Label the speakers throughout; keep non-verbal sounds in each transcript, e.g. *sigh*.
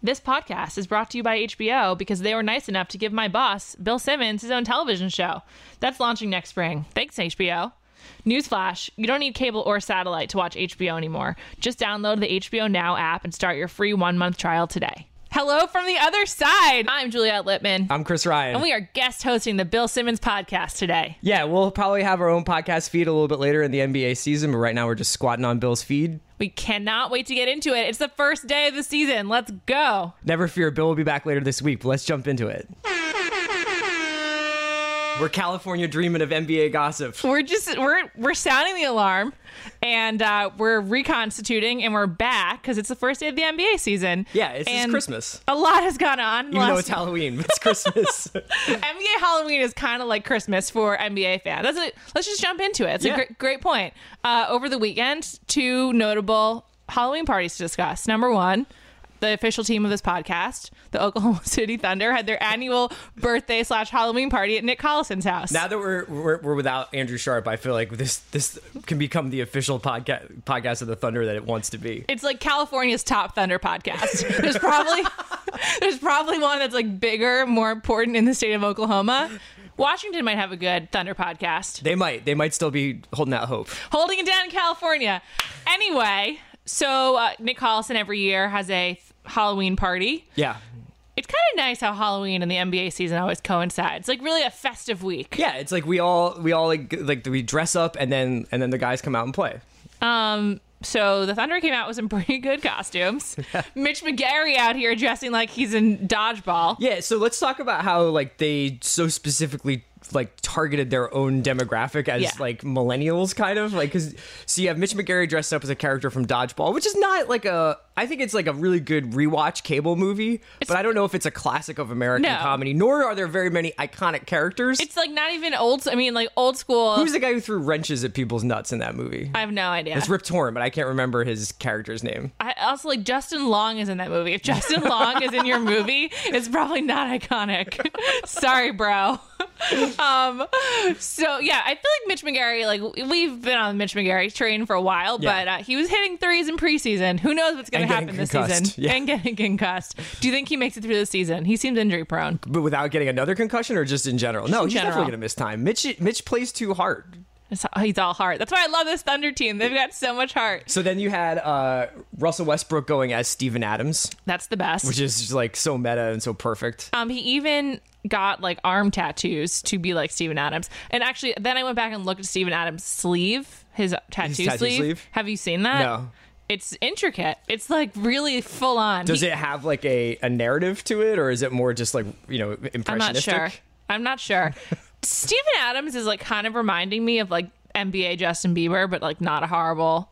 Speaker 1: This podcast is brought to you by HBO because they were nice enough to give my boss, Bill Simmons, his own television show. That's launching next spring. Thanks, HBO. Newsflash, you don't need cable or satellite to watch HBO anymore. Just download the HBO Now app and start your free one month trial today. Hello from the other side. I'm Juliette Littman.
Speaker 2: I'm Chris Ryan.
Speaker 1: and we are guest hosting the Bill Simmons podcast today.
Speaker 2: yeah, we'll probably have our own podcast feed a little bit later in the NBA season, but right now we're just squatting on Bill's feed.
Speaker 1: We cannot wait to get into it. It's the first day of the season. Let's go.
Speaker 2: Never fear, Bill will be back later this week, but let's jump into it. We're California dreaming of NBA gossip.
Speaker 1: We're just we're we're sounding the alarm, and uh, we're reconstituting, and we're back because it's the first day of the NBA season.
Speaker 2: Yeah, it's- it's
Speaker 1: And
Speaker 2: Christmas.
Speaker 1: A lot has gone on.
Speaker 2: Even though it's Halloween, but
Speaker 1: *laughs*
Speaker 2: it's Christmas.
Speaker 1: NBA Halloween is kind of like Christmas for NBA fans. That's a, let's just jump into it. It's a
Speaker 2: Yeah.
Speaker 1: great, great point. Uh, over the weekend, two notable Halloween parties to discuss. Number one, the official team of this podcast, the *laughs* Oklahoma City Thunder, had their annual birthday slash Halloween party at Nick Collison's house.
Speaker 2: now that we're, we're we're without Andrew Sharp, I feel like this this can become the official podcast podcast of the Thunder that it wants to be.
Speaker 1: it's like California's top Thunder podcast. There's probably there's probably one that's like bigger, more important in the state of Oklahoma. Washington might have a good Thunder podcast.
Speaker 2: They might they might still be holding out hope.
Speaker 1: holding it down in California. Anyway, so uh, Nick Collison every year has a th- Halloween party.
Speaker 2: Yeah.
Speaker 1: It's kind of nice how Halloween and the NBA season always coincides. Like really a festive week.
Speaker 2: Yeah, it's like we all we all like like we dress up and then and then the guys come out and play.
Speaker 1: Um. So the Thunder came out with some *laughs* pretty good costumes. Mitch McGarry out here dressing like he's in dodgeball.
Speaker 2: Yeah, so let's talk about how like they so specifically like targeted their own demographic as
Speaker 1: Yeah.
Speaker 2: like millennials kind of like cuz so you have Mitch McGarry dressed up as a character from Dodgeball, which is not like a I think it's like a really good rewatch cable movie, but I don't know if it's a classic of American
Speaker 1: No.
Speaker 2: comedy nor are there very many iconic characters.
Speaker 1: It's like not even old. I mean, like old school.
Speaker 2: Who's the guy who threw wrenches at people's nuts in that movie?
Speaker 1: I have no idea.
Speaker 2: It's Rip Torn, but I can't remember his character's name.
Speaker 1: I also like Justin Long is in that movie. If Justin Long is in your
Speaker 2: *laughs*
Speaker 1: movie, it's probably not iconic. Sorry, bro. um, so yeah, I feel like Mitch McGarry. Like we've been on the Mitch McGarry train for a while,
Speaker 2: Yeah.
Speaker 1: but uh, he was hitting threes in preseason. Who knows what's going to
Speaker 2: And getting
Speaker 1: happen this
Speaker 2: concussed.
Speaker 1: season?
Speaker 2: Yeah.
Speaker 1: And getting concussed. Do you think he makes it through the season? He seems injury prone.
Speaker 2: But without getting another concussion or just in general? no,
Speaker 1: in
Speaker 2: he's
Speaker 1: general.
Speaker 2: definitely going to miss time. Mitch Mitch plays too hard.
Speaker 1: It's- He's all heart. That's why I love this Thunder team. They've got so much heart.
Speaker 2: So then you had uh, Russell Westbrook going as Steven Adams,
Speaker 1: That's the best.
Speaker 2: which is just, like so meta and so perfect.
Speaker 1: Um, he even got like arm tattoos to be like Steven Adams. And actually, then I went back and looked at Steven Adams' sleeve, his uh, tattoo,
Speaker 2: tattoo
Speaker 1: sleeve.
Speaker 2: sleeve?
Speaker 1: Have you seen that?
Speaker 2: No.
Speaker 1: It's intricate. It's like really full on.
Speaker 2: Does it have like a, a narrative to it, or is it more just like you know impressionistic?
Speaker 1: I'm not sure. I'm not sure. *laughs* Steven Adams is like kind of reminding me of like NBA Justin Bieber, but like not a horrible.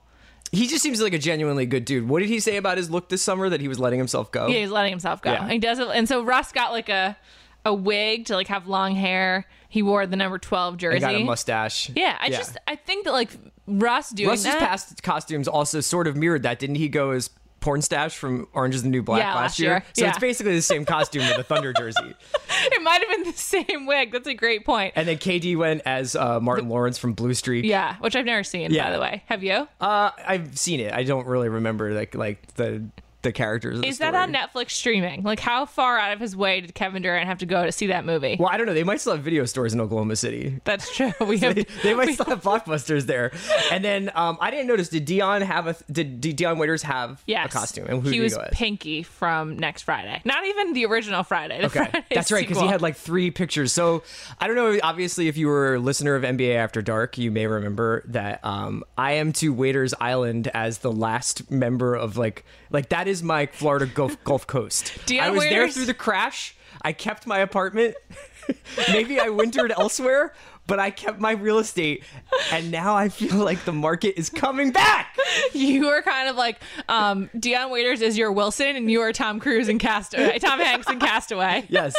Speaker 2: He just seems like a genuinely good dude. What did he say about his look this summer that he was letting himself go?
Speaker 1: Yeah, he's letting himself go.
Speaker 2: Yeah.
Speaker 1: He does it, and so Russ got like a a wig to like have long hair. He wore the number twelve jersey.
Speaker 2: he got a mustache.
Speaker 1: Yeah, I just I think that like Russ doing
Speaker 2: Russ's
Speaker 1: that.
Speaker 2: past costumes also sort of mirrored that. Didn't he go as porn stash from Orange is the New Black
Speaker 1: Yeah, last
Speaker 2: last
Speaker 1: year.
Speaker 2: So
Speaker 1: Yeah.
Speaker 2: it's basically the same costume with
Speaker 1: *laughs*
Speaker 2: the Thunder jersey.
Speaker 1: it might have been the same wig. That's a great point.
Speaker 2: And then KD went as uh, Martin Lawrence from Blue Streak.
Speaker 1: Yeah, which I've never seen, by
Speaker 2: Yeah.
Speaker 1: the way. Have you?
Speaker 2: Uh, I've seen it. I don't really remember like like the the characters. of the
Speaker 1: Is that
Speaker 2: story.
Speaker 1: on Netflix streaming? Like, how far out of his way did Kevin Durant have to go to see that movie?
Speaker 2: Well, I don't know. They might still have video stores in Oklahoma City. *laughs*
Speaker 1: That's true. *laughs* We have.
Speaker 2: They might still have blockbusters there. And then um, I didn't notice. Did Dion have a did, did Dion Waiters have
Speaker 1: Yes.
Speaker 2: a costume? And who
Speaker 1: he
Speaker 2: did
Speaker 1: was
Speaker 2: he go as?
Speaker 1: Pinky from Next Friday. Not even the original Friday. the
Speaker 2: Okay,
Speaker 1: Friday
Speaker 2: that's right because he
Speaker 1: sequel.
Speaker 2: had like three pictures. So I don't know. Obviously, if you were a listener of NBA After Dark, you may remember that um, I am to Waiters Island as the last member of like like that is my Florida
Speaker 1: *laughs*
Speaker 2: Gulf, Gulf Coast.
Speaker 1: Deion
Speaker 2: I was there
Speaker 1: Waiters-
Speaker 2: through the crash. I kept my apartment. *laughs* Maybe I wintered elsewhere, but I kept my real estate, and now I feel like the market is coming back.
Speaker 1: *laughs* You were kind of like um, Dion Waiters is your Wilson, and you are Tom Cruise and
Speaker 2: *laughs*
Speaker 1: Castaway. Tom Hanks and Castaway.
Speaker 2: Yes,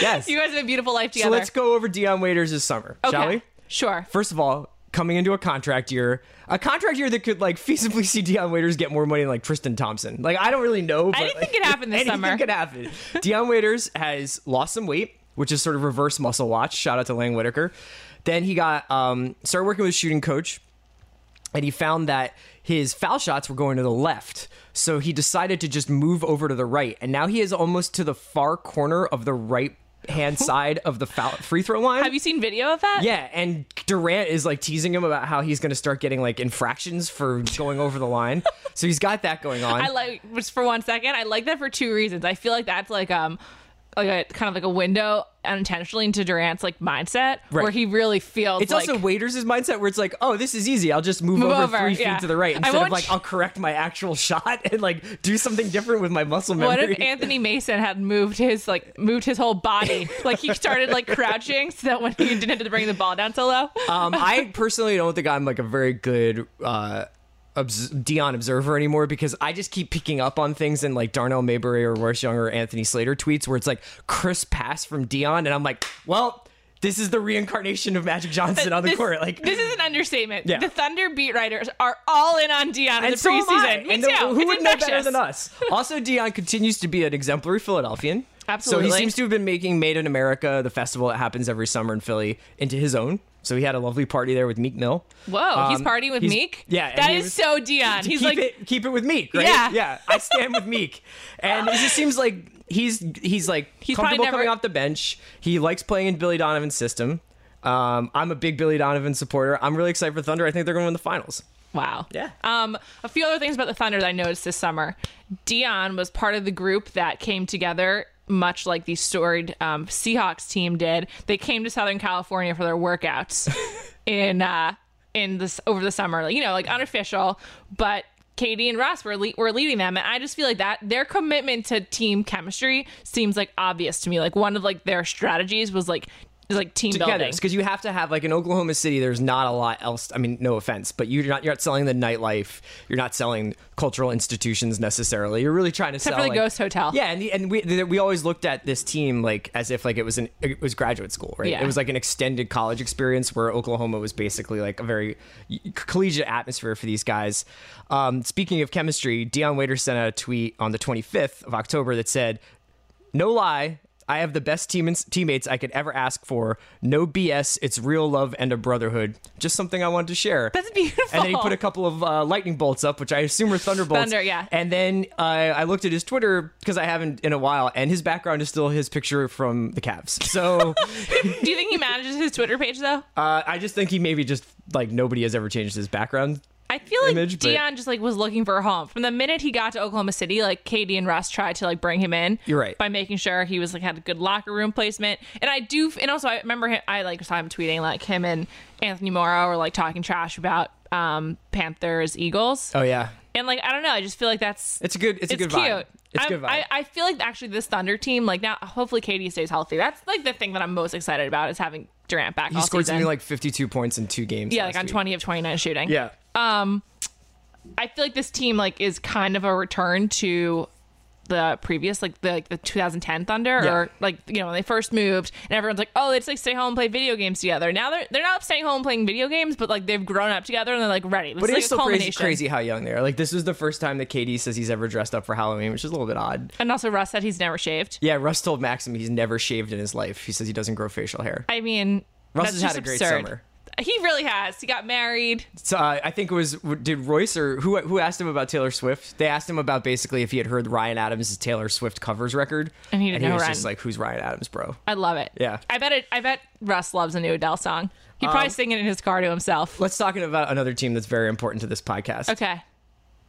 Speaker 2: yes.
Speaker 1: You guys have a beautiful life
Speaker 2: so
Speaker 1: together.
Speaker 2: let's go over Dion Waiters' summer, shall
Speaker 1: Okay.
Speaker 2: we?
Speaker 1: Sure.
Speaker 2: First of all, coming into a contract year, a contract year that could like *laughs* feasibly see Deion Waiters get more money than like Tristan Thompson. Like I don't really know. But,
Speaker 1: Anything
Speaker 2: like,
Speaker 1: could happen this
Speaker 2: *laughs* anything
Speaker 1: summer.
Speaker 2: could happen. Deion Waiters has lost some weight, which is sort of reverse muscle watch. Shout out to Lane Whitaker. Then he got um, started working with a shooting coach, and he found that his foul shots were going to the left. So he decided to just move over to the right. And now he is almost to the far corner of the right
Speaker 1: *laughs*
Speaker 2: hand side of the foul- free throw line.
Speaker 1: Have you seen video of that?
Speaker 2: Yeah, and Durant is like teasing him about how he's going to start getting like infractions for going over
Speaker 1: *laughs*
Speaker 2: the line. so he's got that going on.
Speaker 1: I like just for one second. I like that for two reasons. I feel like that's like um like a kind of like a window unintentionally into Durant's like mindset where
Speaker 2: Right.
Speaker 1: he really feels
Speaker 2: it's
Speaker 1: like
Speaker 2: also Waiters' mindset where it's like, oh, this is easy. I'll just move,
Speaker 1: Move
Speaker 2: over,
Speaker 1: over,
Speaker 2: three
Speaker 1: yeah.
Speaker 2: feet to the right
Speaker 1: I
Speaker 2: instead of
Speaker 1: want
Speaker 2: like
Speaker 1: you-
Speaker 2: I'll correct my actual *laughs* shot and like do something different with my muscle memory.
Speaker 1: what if Anthony Mason had moved his like moved his whole
Speaker 2: *laughs*
Speaker 1: body like he started like crouching so that when he didn't have to bring the ball down so low.
Speaker 2: um, I personally don't think I'm like a very good uh, obs- Dion observer anymore because I just keep picking up on things in like Darnell Mayberry or Royce Young or Anthony Slater tweets where it's like crisp pass from Dion, and I'm like, well, this is the reincarnation of Magic Johnson on
Speaker 1: *laughs*
Speaker 2: the
Speaker 1: this,
Speaker 2: court. Like,
Speaker 1: this is an understatement.
Speaker 2: Yeah.
Speaker 1: The Thunder beat writers are all in on Dion in the
Speaker 2: and so am I.
Speaker 1: preseason. Me
Speaker 2: And
Speaker 1: too.
Speaker 2: the- who
Speaker 1: It's
Speaker 2: would know better
Speaker 1: infectious.
Speaker 2: than us? Also, Dion continues to be an exemplary Philadelphian. So
Speaker 1: Absolutely.
Speaker 2: he seems to have been making Made in America, the festival that happens every summer in Philly, into his own. So he had a lovely party there with Meek Mill.
Speaker 1: Whoa, he's
Speaker 2: Um,
Speaker 1: partying with
Speaker 2: he's-
Speaker 1: Meek.
Speaker 2: Yeah, and
Speaker 1: that
Speaker 2: he
Speaker 1: is
Speaker 2: was-
Speaker 1: so Dion.
Speaker 2: to
Speaker 1: He's
Speaker 2: keep
Speaker 1: like
Speaker 2: it, keep it with Meek, right?
Speaker 1: Yeah.
Speaker 2: yeah. I stand with Meek, and it just seems like he's he's like
Speaker 1: He's probably
Speaker 2: comfortable
Speaker 1: never-
Speaker 2: coming off the bench. He likes playing in Billy Donovan's system. Um, I'm a big Billy Donovan supporter. I'm really excited for Thunder. I think they're going to win the finals.
Speaker 1: Wow.
Speaker 2: Yeah.
Speaker 1: Um, a few other things about the Thunder that I noticed this summer. Dion was part of the group that came together, much like the storied um, Seahawks team did. They came to Southern California for their
Speaker 2: *laughs*
Speaker 1: workouts in uh, in this over the summer, like, you know, like unofficial, but. Katie and Ross were, le- were leading them, and I just feel like that their commitment to team chemistry seems like obvious to me. Like one of like their strategies was like is like team
Speaker 2: Together,
Speaker 1: building.
Speaker 2: because you have to have like in Oklahoma City. There's not a lot else. I mean, no offense, but you're not you're not selling the nightlife. You're not selling cultural institutions necessarily. You're really trying to
Speaker 1: Except for
Speaker 2: sell
Speaker 1: the
Speaker 2: like,
Speaker 1: Ghost Hotel.
Speaker 2: Yeah, and the, and we th- we always looked at this team like as if like it was an it was graduate school, right?
Speaker 1: Yeah.
Speaker 2: It was like an extended college experience where Oklahoma was basically like a very collegiate atmosphere for these guys. Um, speaking of chemistry, Dion Waiters sent out a tweet on the 25th of October that said, "No lie." I have the best team teammates I could ever ask for. No BS. It's real love and a brotherhood. Just something I wanted to share.
Speaker 1: That's beautiful.
Speaker 2: And then he put a couple of uh, lightning bolts up, which I assume were thunderbolts.
Speaker 1: Thunder, yeah.
Speaker 2: And then uh, I looked at his Twitter because I haven't in a while, and his background is still his picture from the Cavs.
Speaker 1: *laughs*
Speaker 2: So
Speaker 1: Do you think he manages his Twitter page though?
Speaker 2: uh, I just think he maybe just like nobody has ever changed his background.
Speaker 1: I feel like
Speaker 2: image, but-
Speaker 1: Dion just like was looking for a home from the minute he got to Oklahoma City. Like Katie and Russ tried to like bring him in.
Speaker 2: You're right.
Speaker 1: by making sure he was like had a good locker room placement. And I do, and also I remember him, I like saw him tweeting like him and Anthony Morrow were like talking trash about um Panthers Eagles.
Speaker 2: Oh yeah,
Speaker 1: And like I don't know, I just feel like that's
Speaker 2: it's a good, it's, a good
Speaker 1: cute.
Speaker 2: vibe. It's a
Speaker 1: I'm-
Speaker 2: good vibe.
Speaker 1: I, I feel like actually this Thunder team, like now, hopefully Katie stays healthy. That's like the thing that I'm most excited about is having Durant back.
Speaker 2: he
Speaker 1: all
Speaker 2: scored
Speaker 1: season.
Speaker 2: something like 52 points in two games.
Speaker 1: yeah,
Speaker 2: last
Speaker 1: like on
Speaker 2: week.
Speaker 1: 20 of 29 shooting.
Speaker 2: Yeah.
Speaker 1: I feel like this team like is kind of a return to the previous like the like the 2010 Thunder
Speaker 2: Yeah.
Speaker 1: or like you know when they first moved and everyone's like oh they just like stay home and play video games together now they're they're not staying home playing video games but like they've grown up together and they're like ready
Speaker 2: but
Speaker 1: like
Speaker 2: it's
Speaker 1: a
Speaker 2: still crazy,
Speaker 1: culmination.
Speaker 2: crazy how young they are. Like this is the first time that KD says he's ever dressed up for Halloween, which is a little bit odd.
Speaker 1: and also Russ said he's never shaved
Speaker 2: Yeah, Russ told Maxim he's never shaved in his life. He says he doesn't grow facial hair.
Speaker 1: I mean
Speaker 2: Russ
Speaker 1: that's
Speaker 2: has had
Speaker 1: just
Speaker 2: a great
Speaker 1: absurd.
Speaker 2: summer.
Speaker 1: he really has he got married
Speaker 2: So, uh, I think it was did Royce or who who asked him about Taylor Swift? They asked him about basically if he had heard Ryan Adams' Taylor Swift covers record,
Speaker 1: And he didn't know
Speaker 2: was
Speaker 1: Ryan.
Speaker 2: just like, "Who's Ryan Adams, bro?"
Speaker 1: I love it
Speaker 2: Yeah. Um,
Speaker 1: I bet it I bet Russ loves a new Adele song he probably singing in his car to himself
Speaker 2: Let's talk about another team that's very important to this podcast.
Speaker 1: okay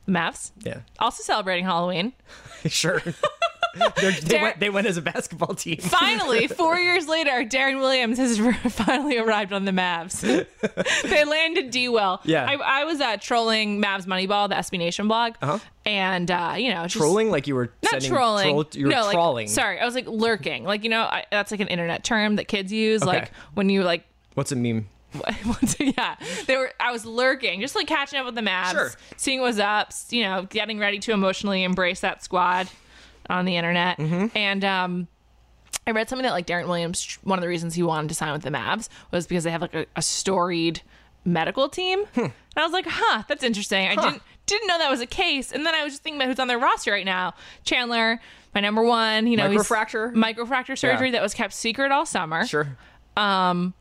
Speaker 1: Mavs
Speaker 2: Yeah, *laughs*
Speaker 1: also celebrating Halloween *laughs*
Speaker 2: sure. They're- they,
Speaker 1: Derek-
Speaker 2: went, they went as a basketball team.
Speaker 1: Finally, four years later, Darren Williams has *laughs* finally arrived on the Mavs.
Speaker 2: *laughs*
Speaker 1: they landed D well.
Speaker 2: Yeah.
Speaker 1: I, I was uh, trolling Mavs Moneyball, the SB Nation blog,
Speaker 2: Uh-huh.
Speaker 1: and uh, you know, just,
Speaker 2: Trolling like you were
Speaker 1: Not
Speaker 2: sending
Speaker 1: trolling.
Speaker 2: troll- you were
Speaker 1: no, like-
Speaker 2: trawling.
Speaker 1: sorry, I was like lurking. Like you know, I, that's like an internet term that kids use. Like when you like
Speaker 2: What's a meme?
Speaker 1: *laughs* once- yeah, they were. I was lurking, just like catching up with the Mavs,
Speaker 2: Sure.
Speaker 1: seeing what's up. s- You know, getting ready to emotionally embrace that squad on the internet.
Speaker 2: Mm-hmm.
Speaker 1: And um, I read something that like Darren Williams, one of the reasons he wanted to sign with the Mavs was because they have like a, a storied medical team.
Speaker 2: Hmm.
Speaker 1: And I was like, huh, that's interesting. I didn't didn't know that was a case. And then I was just thinking about who's on their roster right now. Chandler, my number one. You know, he's-
Speaker 2: Microfracture?
Speaker 1: microfracture surgery
Speaker 2: Yeah.
Speaker 1: that was kept secret all summer.
Speaker 2: Sure.
Speaker 1: and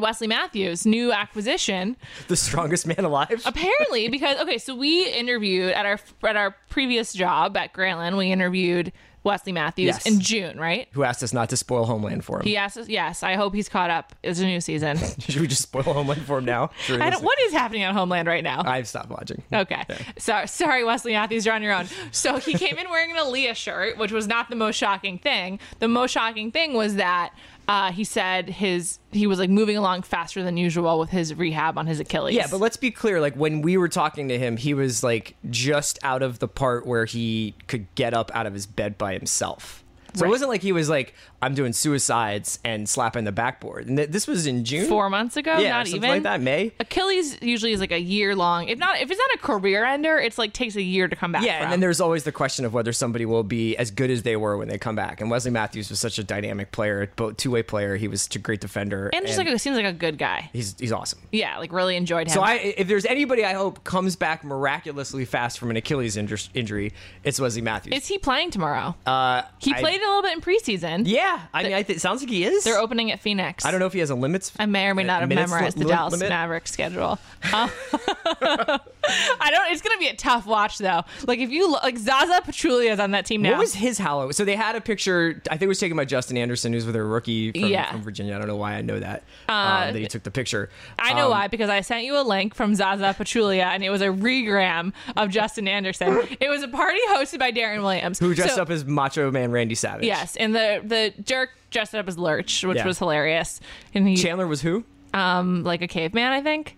Speaker 1: Wesley Matthews, new acquisition,
Speaker 2: *laughs* The strongest man alive.
Speaker 1: apparently because okay, so we interviewed at our at our previous job at Grantland, we interviewed Wesley Matthews
Speaker 2: Yes.
Speaker 1: in June, right?
Speaker 2: Who asked us not to spoil Homeland for him?
Speaker 1: He asked us, yes, I hope he's caught up. It's a new season.
Speaker 2: *laughs* Should we just spoil Homeland for him *laughs* now? Sure,
Speaker 1: I
Speaker 2: this
Speaker 1: don't,
Speaker 2: is-
Speaker 1: what is happening on Homeland right now?
Speaker 2: I've stopped watching.
Speaker 1: Okay. So, sorry, Wesley Matthews, you're on your own. So he came in wearing an Aaliyah shirt, which was not the most shocking thing. The most shocking thing was that uh, he said his he was like moving along faster than usual with his rehab on his Achilles.
Speaker 2: Yeah, but let's be clear. Like when we were talking to him, he was like just out of the part where he could get up out of his bed by himself. So
Speaker 1: Right.
Speaker 2: it wasn't like he was like, "I'm doing suicides and slapping the backboard." And th- this was in June,
Speaker 1: four months ago,
Speaker 2: yeah,
Speaker 1: not
Speaker 2: something
Speaker 1: even
Speaker 2: like that. May,
Speaker 1: Achilles usually is like a year long. If not, if it's not a career ender, it's like takes a year to come back.
Speaker 2: yeah.
Speaker 1: from.
Speaker 2: And then there's always the question of whether somebody will be as good as they were when they come back. And Wesley Matthews was such a dynamic player, both two way player. He was a great defender,
Speaker 1: and just like a, seems like a good guy.
Speaker 2: he's he's awesome.
Speaker 1: Yeah, like really enjoyed him.
Speaker 2: So I, if there's anybody I hope comes back miraculously fast from an Achilles injur- injury, it's Wesley Matthews.
Speaker 1: is he playing tomorrow?
Speaker 2: uh,
Speaker 1: he
Speaker 2: I-
Speaker 1: played a little bit in preseason.
Speaker 2: Yeah, I mean, I th- it sounds like he is.
Speaker 1: They're opening at Phoenix.
Speaker 2: I don't know if he has a limits.
Speaker 1: I may or may not have
Speaker 2: minutes li-
Speaker 1: memorized the
Speaker 2: li-
Speaker 1: Dallas
Speaker 2: limit?
Speaker 1: Mavericks
Speaker 2: *laughs*
Speaker 1: schedule. Um, *laughs* I don't. It's gonna be a tough watch though. Like if you lo- like Zaza Pachulia is on that team now.
Speaker 2: What was his Halloween? So they had a picture. I think it was taken by Justin Anderson, who's with a rookie from,
Speaker 1: Yeah. Uh,
Speaker 2: from Virginia. I don't know why I know that. Um, that he took the picture.
Speaker 1: I
Speaker 2: Um,
Speaker 1: know why because I sent you a link from Zaza Pachulia and it was a regram of Justin Anderson. it was a party hosted by Darren Williams,
Speaker 2: Who dressed
Speaker 1: So-
Speaker 2: up as Macho Man Randy Savage?
Speaker 1: Yes, and the the jerk dressed up as Lurch, which
Speaker 2: Yeah.
Speaker 1: was hilarious, and he
Speaker 2: Chandler was who? *laughs*
Speaker 1: um like a caveman, I think.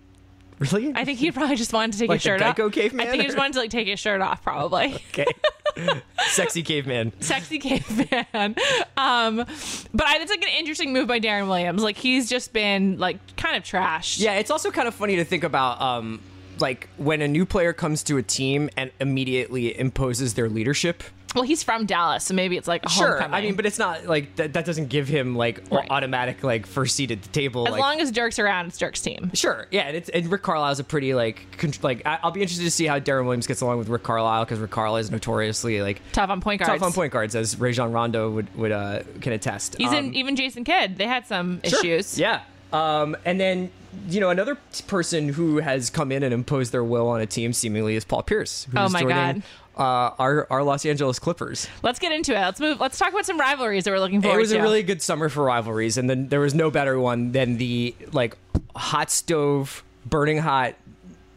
Speaker 2: Really?
Speaker 1: I think he probably just wanted to take
Speaker 2: Like
Speaker 1: his
Speaker 2: the
Speaker 1: shirt off.
Speaker 2: Geico caveman,
Speaker 1: I think he just
Speaker 2: or-
Speaker 1: wanted to like take his shirt off, probably. *laughs*
Speaker 2: *laughs* okay. Sexy caveman.
Speaker 1: sexy caveman. Um, but I, it's like an interesting move by Darren Williams. Like he's just been like kind of trashed.
Speaker 2: Yeah, it's also kind of funny to think about. Um, like when a new player comes to a team and immediately imposes their leadership.
Speaker 1: Well, he's from Dallas, so maybe it's like a
Speaker 2: Sure,
Speaker 1: homecoming.
Speaker 2: I mean, but it's not like that. That doesn't give him like
Speaker 1: Right.
Speaker 2: automatic like first seat at the table.
Speaker 1: as
Speaker 2: like,
Speaker 1: long as Dirk's around, it's Dirk's team.
Speaker 2: Sure, yeah, and, it's, and Rick Carlisle's a pretty like con- like I, I'll be interested to see how Darren Williams gets along with Rick Carlisle because Rick Carlisle is notoriously like
Speaker 1: Tough on point guards.
Speaker 2: tough on point guards, as Rajon Rondo would would uh, can attest.
Speaker 1: He's
Speaker 2: Um,
Speaker 1: in even Jason Kidd. They had some
Speaker 2: sure,
Speaker 1: issues.
Speaker 2: Yeah, um, and then you know another t- person who has come in and imposed their will on a team seemingly is Paul Pierce. Who's
Speaker 1: Oh my
Speaker 2: joining, Uh, our our Los Angeles Clippers.
Speaker 1: Let's get into it. Let's move. Let's talk about some rivalries that we're looking forward
Speaker 2: It was
Speaker 1: to.
Speaker 2: a really good summer for rivalries, and then there was no better one than the like hot stove, burning hot,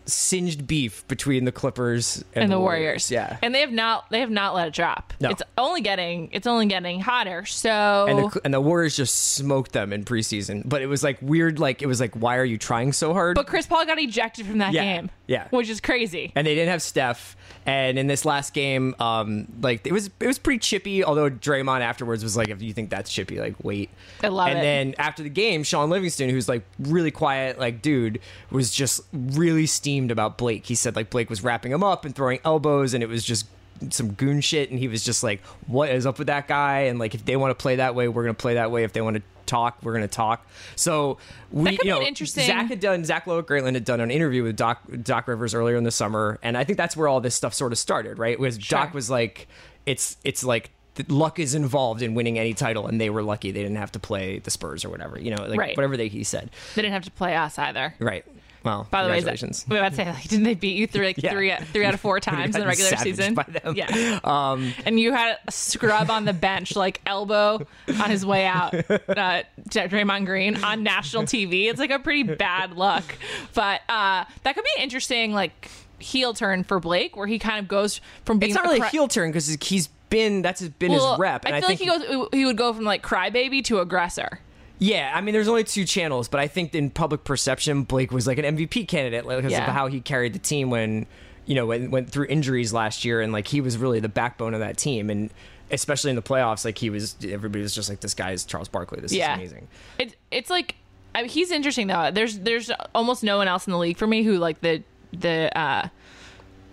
Speaker 2: singed beef between the Clippers and,
Speaker 1: and the Warriors.
Speaker 2: Yeah, and,
Speaker 1: And they have not they have not let it drop.
Speaker 2: No.
Speaker 1: It's only getting it's only getting hotter. So
Speaker 2: the, Cl- and the Warriors just smoked them in preseason. But it was like weird. Like it was like, why are you trying so hard?
Speaker 1: but Chris Paul got ejected from that
Speaker 2: Yeah.
Speaker 1: game.
Speaker 2: Yeah.
Speaker 1: Which is crazy.
Speaker 2: and they didn't have Steph. And in this last game, um, like it was it was pretty chippy. Although Draymond afterwards was like, "If you think that's chippy, like wait."
Speaker 1: I love
Speaker 2: and
Speaker 1: it.
Speaker 2: then after the game, Sean Livingston, who's like really quiet, like dude, was just really steamed about Blake. He said like Blake was wrapping him up and throwing elbows, and it was just some goon shit. And he was just like, "What is up with that guy?" And like, if they want to play that way, we're gonna play that way. If they want to talk, we're gonna talk. So we,
Speaker 1: could
Speaker 2: you
Speaker 1: be
Speaker 2: know,
Speaker 1: an interesting-
Speaker 2: Zach had done Zach Lowe at Grantland had done an interview with Doc Doc Rivers earlier in the summer, and I think that's where all this stuff sort of started, right? Was Doc was like, it's it's like th- luck is involved in winning any title, and they were lucky they didn't have to play the Spurs or whatever, you know, like
Speaker 1: Right.
Speaker 2: whatever they, he said,
Speaker 1: They didn't have to play us either.
Speaker 2: right? Well,
Speaker 1: By the way,
Speaker 2: congratulations.
Speaker 1: we about to say like, didn't they beat you through like
Speaker 2: *laughs* Yeah.
Speaker 1: three three out of four times in the
Speaker 2: gotten
Speaker 1: regular
Speaker 2: savaged
Speaker 1: season?
Speaker 2: by them.
Speaker 1: Yeah,
Speaker 2: *laughs* um,
Speaker 1: and you had a scrub on the bench, like elbow on his way
Speaker 2: *laughs*
Speaker 1: out, uh, Draymond Green on national TV. It's like a pretty bad look, but uh, that could be an interesting like heel turn for Blake, where he kind of goes from being
Speaker 2: it's not really
Speaker 1: cri-
Speaker 2: a heel turn because he's been that's been
Speaker 1: Well,
Speaker 2: his rep, and
Speaker 1: I
Speaker 2: I,
Speaker 1: feel
Speaker 2: think
Speaker 1: like he goes he would go from like crybaby to aggressor.
Speaker 2: Yeah, I mean, there's only two channels, but I think in public perception, Blake was like an MVP candidate like, because
Speaker 1: Yeah.
Speaker 2: of how he carried the team when, you know, when went through injuries last year, and like he was really the backbone of that team, and especially in the playoffs, like he was. Everybody was just like, this guy is Charles Barkley. This
Speaker 1: Yeah.
Speaker 2: is amazing.
Speaker 1: It's it's like I mean, he's interesting though. There's there's almost no one else in the league for me who like the the uh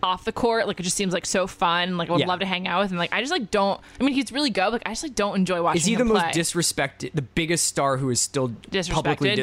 Speaker 1: off the court like it just seems like so fun. Like I would
Speaker 2: Yeah.
Speaker 1: love to hang out with him. Like I just like don't. I mean he's really good. but, Like I just like don't enjoy watching.
Speaker 2: Is he the
Speaker 1: him
Speaker 2: most
Speaker 1: play.
Speaker 2: disrespected, the biggest star who is still publicly
Speaker 1: Disrespected?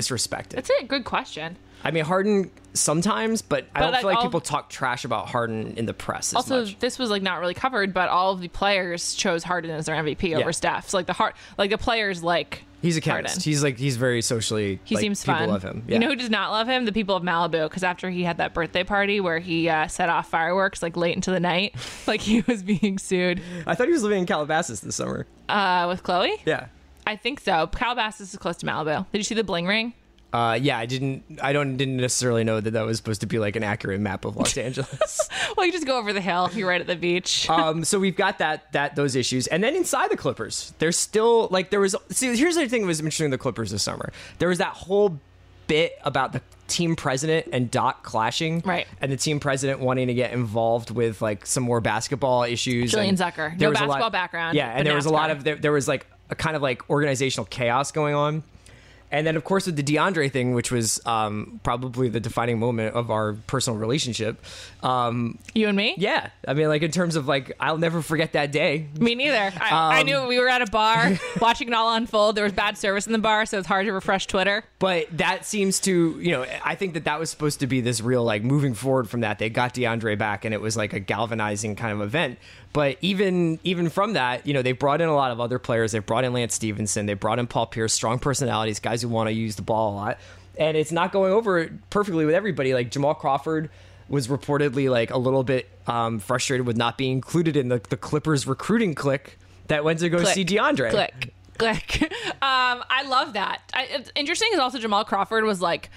Speaker 2: disrespected?
Speaker 1: That's a good question.
Speaker 2: I mean, Harden sometimes, but,
Speaker 1: But,
Speaker 2: I don't
Speaker 1: like,
Speaker 2: feel like
Speaker 1: all-
Speaker 2: people talk trash about Harden in the press as
Speaker 1: also
Speaker 2: much.
Speaker 1: this was like not really covered, but all of the players chose Harden as their MVP
Speaker 2: Yeah.
Speaker 1: over Steph. So like the heart, like the players like
Speaker 2: He's a
Speaker 1: Harden.
Speaker 2: chemist. He's like he's very socially.
Speaker 1: He
Speaker 2: like,
Speaker 1: seems
Speaker 2: people
Speaker 1: fun.
Speaker 2: Love him. Yeah.
Speaker 1: You know who does not love him? The people of Malibu, because after he had that birthday party where he uh, set off fireworks like late into the
Speaker 2: *laughs*
Speaker 1: night, like he was being sued
Speaker 2: I thought he was living in Calabasas this summer.
Speaker 1: uh, with Chloe.
Speaker 2: Yeah.
Speaker 1: I think so. Calabasas is close to Malibu. Did you see the bling ring? *laughs*
Speaker 2: Uh, yeah, I didn't. I don't didn't necessarily know that that was supposed to be like an accurate map of *laughs* Los Angeles.
Speaker 1: Well, you just go over the hill. You're right at the beach.
Speaker 2: um, so we've got that that those issues, and then inside the Clippers, there's still like there was. See, here's the thing that was interesting with the Clippers this summer. There was that whole bit about the team president and Doc clashing,
Speaker 1: Right.
Speaker 2: And the team president wanting to get involved with like some more basketball issues.
Speaker 1: Jillian
Speaker 2: and
Speaker 1: Zucker. No
Speaker 2: there was a
Speaker 1: basketball
Speaker 2: lot-
Speaker 1: background,
Speaker 2: Yeah,
Speaker 1: but
Speaker 2: and there was a lot
Speaker 1: NASCAR.
Speaker 2: of there, there was like a kind of like organizational chaos going on. And then, of course, with the DeAndre thing, which was um, probably the defining moment of our personal relationship, um,
Speaker 1: you and me?
Speaker 2: yeah, I mean, like in terms of like, I'll never forget that day.
Speaker 1: Me neither. I,
Speaker 2: Um,
Speaker 1: I knew we were at a
Speaker 2: *laughs*
Speaker 1: bar watching it all unfold. There was bad service in the bar, so it's hard to refresh Twitter.
Speaker 2: But that seems to, you know, I think that that was supposed to be this real like moving forward from that. They got DeAndre back, and it was like a galvanizing kind of event. But even even from that, you know, they brought in a lot of other players. They brought in Lance Stevenson. They brought in Paul Pierce, strong personalities, guys who want to use the ball a lot. And it's not going over perfectly with everybody. Like Jamal Crawford was reportedly like a little bit um, frustrated with not being included in the, the Clippers recruiting clique that went to go see DeAndre.
Speaker 1: Click, click. *laughs* Um, I love that. I, it's interesting is also Jamal Crawford was like.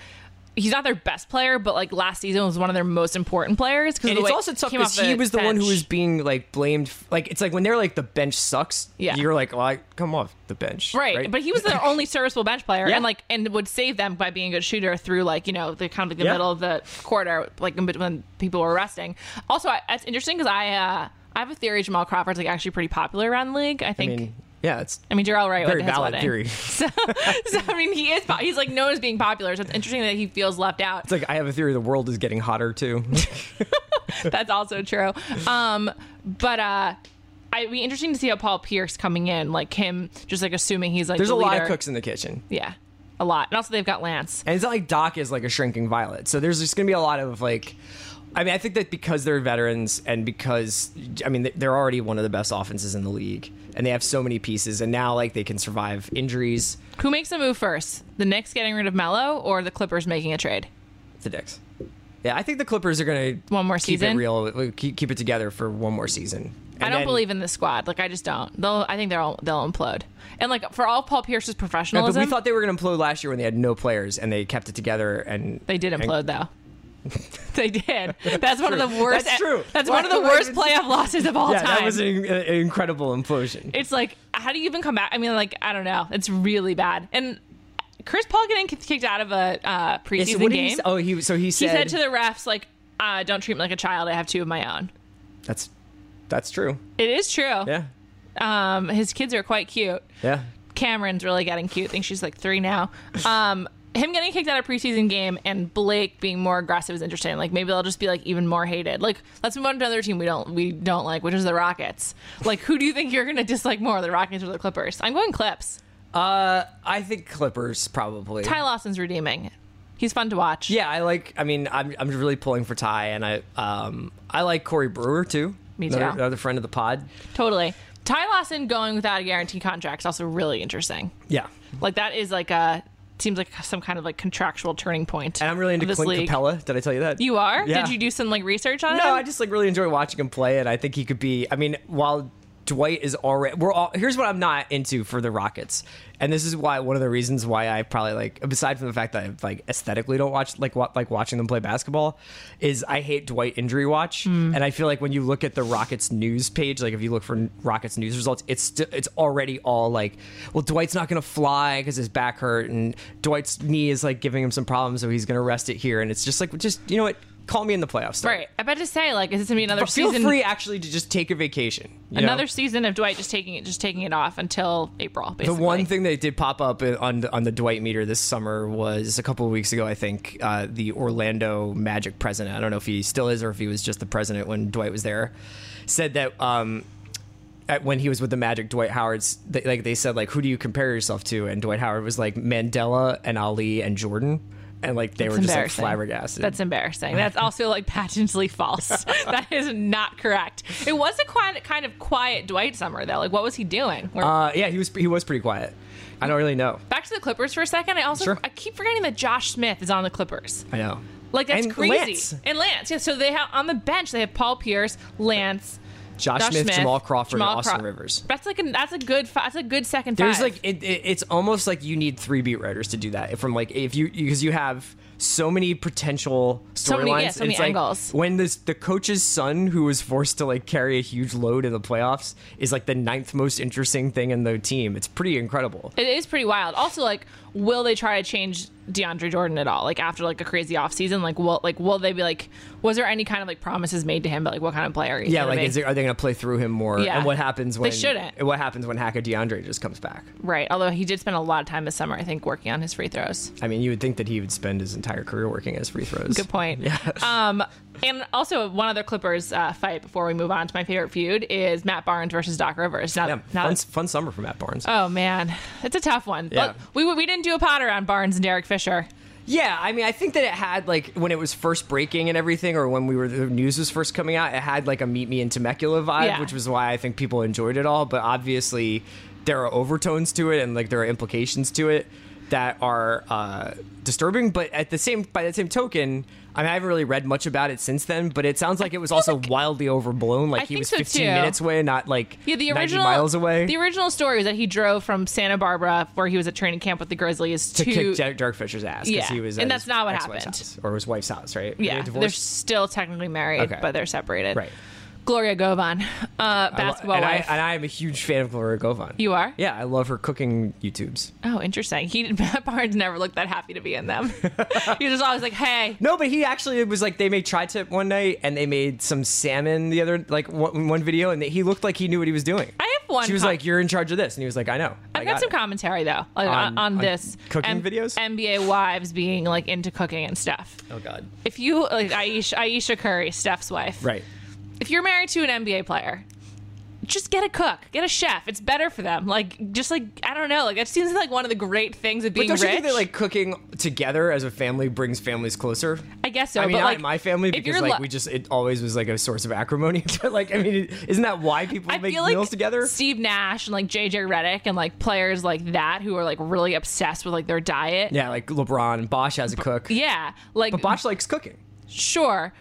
Speaker 1: He's not their best player, but like last season was one of their most important players because
Speaker 2: And it's also tough because he was the one who was being like blamed. f- Like it's like when they're like the bench sucks.
Speaker 1: Yeah.
Speaker 2: you're like, well, I come off the bench,
Speaker 1: Right. But he was
Speaker 2: *laughs*
Speaker 1: their only serviceable bench player
Speaker 2: Yeah.
Speaker 1: and like and would save them by being a good shooter through like, you know, the kind of like the
Speaker 2: Yeah.
Speaker 1: middle of the quarter, like in bet- when people were resting. Also, I, it's interesting because I uh, I have a theory Jamal Crawford's like actually pretty popular around the league. I
Speaker 2: I
Speaker 1: think
Speaker 2: mean, yeah, it's
Speaker 1: I mean, Darrell Wright
Speaker 2: very
Speaker 1: went to his
Speaker 2: valid
Speaker 1: wedding.
Speaker 2: theory. *laughs* It's
Speaker 1: *laughs* So, so I mean, he is po- he's like known as being popular. So it's interesting that he feels left out.
Speaker 2: *laughs* like I have a theory the world is getting hotter too. *laughs*
Speaker 1: That's also true. Um, but uh, I, it'd be interesting to see how Paul Pierce coming in, like him, just like assuming he's like
Speaker 2: There's
Speaker 1: the
Speaker 2: a lot of
Speaker 1: leader.
Speaker 2: cooks in the kitchen,
Speaker 1: Yeah, a lot. And also they've got Lance.
Speaker 2: and it's not like Doc is like a shrinking violet. So there's just gonna be a lot of like. I mean, I think that because they're veterans and because I mean they're already one of the best offenses in the league, and they have so many pieces, and now like they can survive injuries.
Speaker 1: Who makes the move first? The Knicks getting rid of Melo or the Clippers making a trade?
Speaker 2: the Knicks. Yeah, I think the Clippers are going to
Speaker 1: One more
Speaker 2: keep
Speaker 1: season?
Speaker 2: It real, keep, keep it together for one more season. And
Speaker 1: I don't
Speaker 2: then-
Speaker 1: believe in this squad. Like I just don't. They'll. I think they'll they'll implode. And like for all Paul Pierce's
Speaker 2: Yeah, but
Speaker 1: professionalism,
Speaker 2: we thought they were going to implode last year when they had no players and they kept it together. And
Speaker 1: they did
Speaker 2: and-
Speaker 1: implode though. *laughs* they did.
Speaker 2: *laughs*
Speaker 1: That's one of
Speaker 2: True.
Speaker 1: the worst. e-,
Speaker 2: That's true.
Speaker 1: That's
Speaker 2: Why
Speaker 1: one of the
Speaker 2: would I
Speaker 1: worst
Speaker 2: even-
Speaker 1: playoff losses of all
Speaker 2: Yeah,
Speaker 1: time.
Speaker 2: that was an, an incredible implosion.
Speaker 1: it's like how do you even come back i mean like i don't know it's really bad and chris paul getting k- kicked out of a uh, preseason
Speaker 2: Yeah, so what did
Speaker 1: game
Speaker 2: he s- oh, he so he
Speaker 1: he said
Speaker 2: said,
Speaker 1: to the refs like uh, don't treat me like a child i have two of my own
Speaker 2: that's that's true.
Speaker 1: it is true
Speaker 2: Yeah,
Speaker 1: um, his kids are quite cute
Speaker 2: yeah.
Speaker 1: cameron's really getting cute i think she's like three now um, him getting kicked out of preseason game and blake being more aggressive is interesting like maybe they'll just be like even more hated like let's move on to another team we don't we don't like which is the rockets like who do you think you're gonna *laughs* dislike more the rockets or the clippers i'm going clips
Speaker 2: Uh, I think Clippers probably.
Speaker 1: Ty Lawson's redeeming. He's fun to watch.
Speaker 2: yeah, I like. I mean, I'm I'm really pulling for Ty, and I um I like Corey Brewer too.
Speaker 1: Me
Speaker 2: another,
Speaker 1: too.
Speaker 2: another friend of the pod.
Speaker 1: totally. Ty Lawson going without a guarantee contract is also really interesting.
Speaker 2: Yeah,
Speaker 1: Like that is like a seems like some kind of like contractual turning point.
Speaker 2: and I'm really into
Speaker 1: of this
Speaker 2: Clint
Speaker 1: league.
Speaker 2: Capella. Did I tell you that?
Speaker 1: You are?
Speaker 2: Yeah.
Speaker 1: Did you do some like research on
Speaker 2: No,
Speaker 1: him?
Speaker 2: I just like really enjoy watching him play, and I think he could be. I mean, while Dwight is already, we're all. Here's what I'm not into for the Rockets, and this is why one of the reasons why I probably like, aside from the fact that I like aesthetically don't watch like wa- like watching them play basketball, is I hate Dwight injury watch, and I feel like when you look at the Rockets news page, like if you look for Rockets news results, it's st- it's already all like, well, Dwight's not gonna fly because his back hurt, and Dwight's knee is like giving him some problems, so he's gonna rest it here, and it's just like, just you know what. Call me in the playoffs. Doc.
Speaker 1: right. I bet to say like is this gonna be another
Speaker 2: But feel
Speaker 1: season
Speaker 2: free actually to just take a vacation. you know?
Speaker 1: another season of Dwight just taking it just taking it off until April
Speaker 2: The
Speaker 1: basically.
Speaker 2: one thing that did pop up on the, on the Dwight meter this summer was a couple of weeks ago. I think uh, the Orlando Magic president. I don't know if he still is or if he was just the president when Dwight was there. Said that um, at, when he was with the Magic, Dwight Howard's they, like they said like who do you compare yourself to? And Dwight Howard was like Mandela and Ali and Jordan. and like they
Speaker 1: It's
Speaker 2: were just like
Speaker 1: embarrassing.
Speaker 2: flabbergasted.
Speaker 1: That's embarrassing. That's also like patently false.
Speaker 2: *laughs*
Speaker 1: that is not correct. It was a quiet, kind of quiet Dwight summer though. Like, what was he doing? Where-
Speaker 2: uh, yeah, he was he was pretty quiet. I don't really know.
Speaker 1: back to the Clippers for a second. I also
Speaker 2: Sure.
Speaker 1: I keep forgetting that Josh Smith is on the Clippers.
Speaker 2: I know.
Speaker 1: Like that's
Speaker 2: And
Speaker 1: crazy.
Speaker 2: Lance.
Speaker 1: And Lance, yeah. So they have on the bench they have Paul Pierce, Lance,
Speaker 2: Josh,
Speaker 1: Josh
Speaker 2: Smith,
Speaker 1: Smith,
Speaker 2: Jamal Crawford,
Speaker 1: Jamal
Speaker 2: and Austin
Speaker 1: Craw-
Speaker 2: Rivers.
Speaker 1: That's like a that's a good fi- that's a good second.
Speaker 2: There's
Speaker 1: five.
Speaker 2: like it, it, it's almost like you need three beat writers to do that. From like if you because you have so many potential storylines.
Speaker 1: many- yeah, so many
Speaker 2: It's like
Speaker 1: angles.
Speaker 2: when this the coach's son who was forced to like carry a huge load in the playoffs is like the ninth most interesting thing in the team. It's pretty incredible.
Speaker 1: It is pretty wild. Also, like, will they try to change DeAndre Jordan at all? Like after like a crazy offseason, like will like will they be like was there any kind of like promises made to him but like what kind of player he's
Speaker 2: Yeah,
Speaker 1: gonna
Speaker 2: like
Speaker 1: be?
Speaker 2: is there, are they going to play through him more?
Speaker 1: Yeah.
Speaker 2: And what happens
Speaker 1: They
Speaker 2: when
Speaker 1: shouldn't.
Speaker 2: What happens when Hacker DeAndre just comes back?
Speaker 1: right. Although he did spend a lot of time this summer, I think, working on his free throws.
Speaker 2: I mean, you would think that he would spend his entire career working as free throws.
Speaker 1: Good point. Yeah. Um, and also one other Clippers uh, fight before we move on to my favorite feud is Matt Barnes versus Doc Rivers. Now,
Speaker 2: Yeah,
Speaker 1: now
Speaker 2: fun, fun summer for Matt Barnes.
Speaker 1: oh man, it's a tough one.
Speaker 2: Yeah.
Speaker 1: But we we didn't do a potter on Barnes and Derek Fisher.
Speaker 2: Yeah, I mean, I think that it had like when it was first breaking and everything, or when we were the news was first coming out, it had like a meet me in Temecula vibe,
Speaker 1: Yeah.
Speaker 2: which was why I think people enjoyed it all. But obviously, there are overtones to it, and like there are implications to it that are uh, disturbing. But at the same, by the same token. I, mean, I haven't really read much about it since then, but it sounds like it was also wildly overblown. Like
Speaker 1: I
Speaker 2: he
Speaker 1: think
Speaker 2: was
Speaker 1: so,
Speaker 2: 15
Speaker 1: too.
Speaker 2: minutes away, not like
Speaker 1: Yeah, the
Speaker 2: 90
Speaker 1: original
Speaker 2: miles away.
Speaker 1: The original story was that he drove from Santa Barbara, where he was at training camp with the Grizzlies,
Speaker 2: to
Speaker 1: to,
Speaker 2: kick Jack Derek Fisher's ass
Speaker 1: Yeah,
Speaker 2: because he was
Speaker 1: and
Speaker 2: at
Speaker 1: that's
Speaker 2: his
Speaker 1: not what
Speaker 2: ex-wife's
Speaker 1: happened.
Speaker 2: house, or his wife's house, right? Were
Speaker 1: yeah,
Speaker 2: they
Speaker 1: they're
Speaker 2: divorced?
Speaker 1: still technically married,
Speaker 2: Okay.
Speaker 1: but they're separated.
Speaker 2: Right.
Speaker 1: Gloria Govan, uh, basketball
Speaker 2: and
Speaker 1: wife.
Speaker 2: I, and I am a huge fan of Gloria Govan.
Speaker 1: You are?
Speaker 2: Yeah, I love her cooking YouTubes.
Speaker 1: oh, interesting. He *laughs* Matt Barnes never looked that happy to be in
Speaker 2: *laughs*
Speaker 1: them. he was always like, "Hey,
Speaker 2: No, but he actually it was like they made tri tip one night and they made some salmon the other like one, one video and he looked like he knew what he was doing.
Speaker 1: I have one
Speaker 2: She was
Speaker 1: com-
Speaker 2: like, "You're in charge of this," and he was like, "I know." I
Speaker 1: I've got,
Speaker 2: got
Speaker 1: some
Speaker 2: it."
Speaker 1: commentary though like, on, on
Speaker 2: On- on
Speaker 1: this
Speaker 2: cooking videos?
Speaker 1: NBA wives being like into cooking and stuff.
Speaker 2: oh God.
Speaker 1: If you like Aisha, Aisha Curry, Steph's wife,
Speaker 2: Right.
Speaker 1: if you're married to an NBA player, just get a cook, get a chef. It's better for them. Like, just like I don't know. Like, that seems like one of the great things of
Speaker 2: But
Speaker 1: being
Speaker 2: don't you
Speaker 1: rich.
Speaker 2: think that like cooking together as a family brings families closer?
Speaker 1: I guess so.
Speaker 2: I mean,
Speaker 1: but
Speaker 2: not
Speaker 1: like
Speaker 2: in my family
Speaker 1: if
Speaker 2: because
Speaker 1: you're
Speaker 2: like
Speaker 1: lu-
Speaker 2: we just it always was like a source of acrimony. *laughs* but like, I mean, isn't that why people
Speaker 1: I
Speaker 2: make
Speaker 1: feel
Speaker 2: meals
Speaker 1: like
Speaker 2: together?
Speaker 1: Steve Nash and like JJ Redick and like players like that who are like really obsessed with like their diet.
Speaker 2: Yeah, like LeBron, Bosch has a cook.
Speaker 1: Yeah, like
Speaker 2: But Bosch likes cooking.
Speaker 1: sure,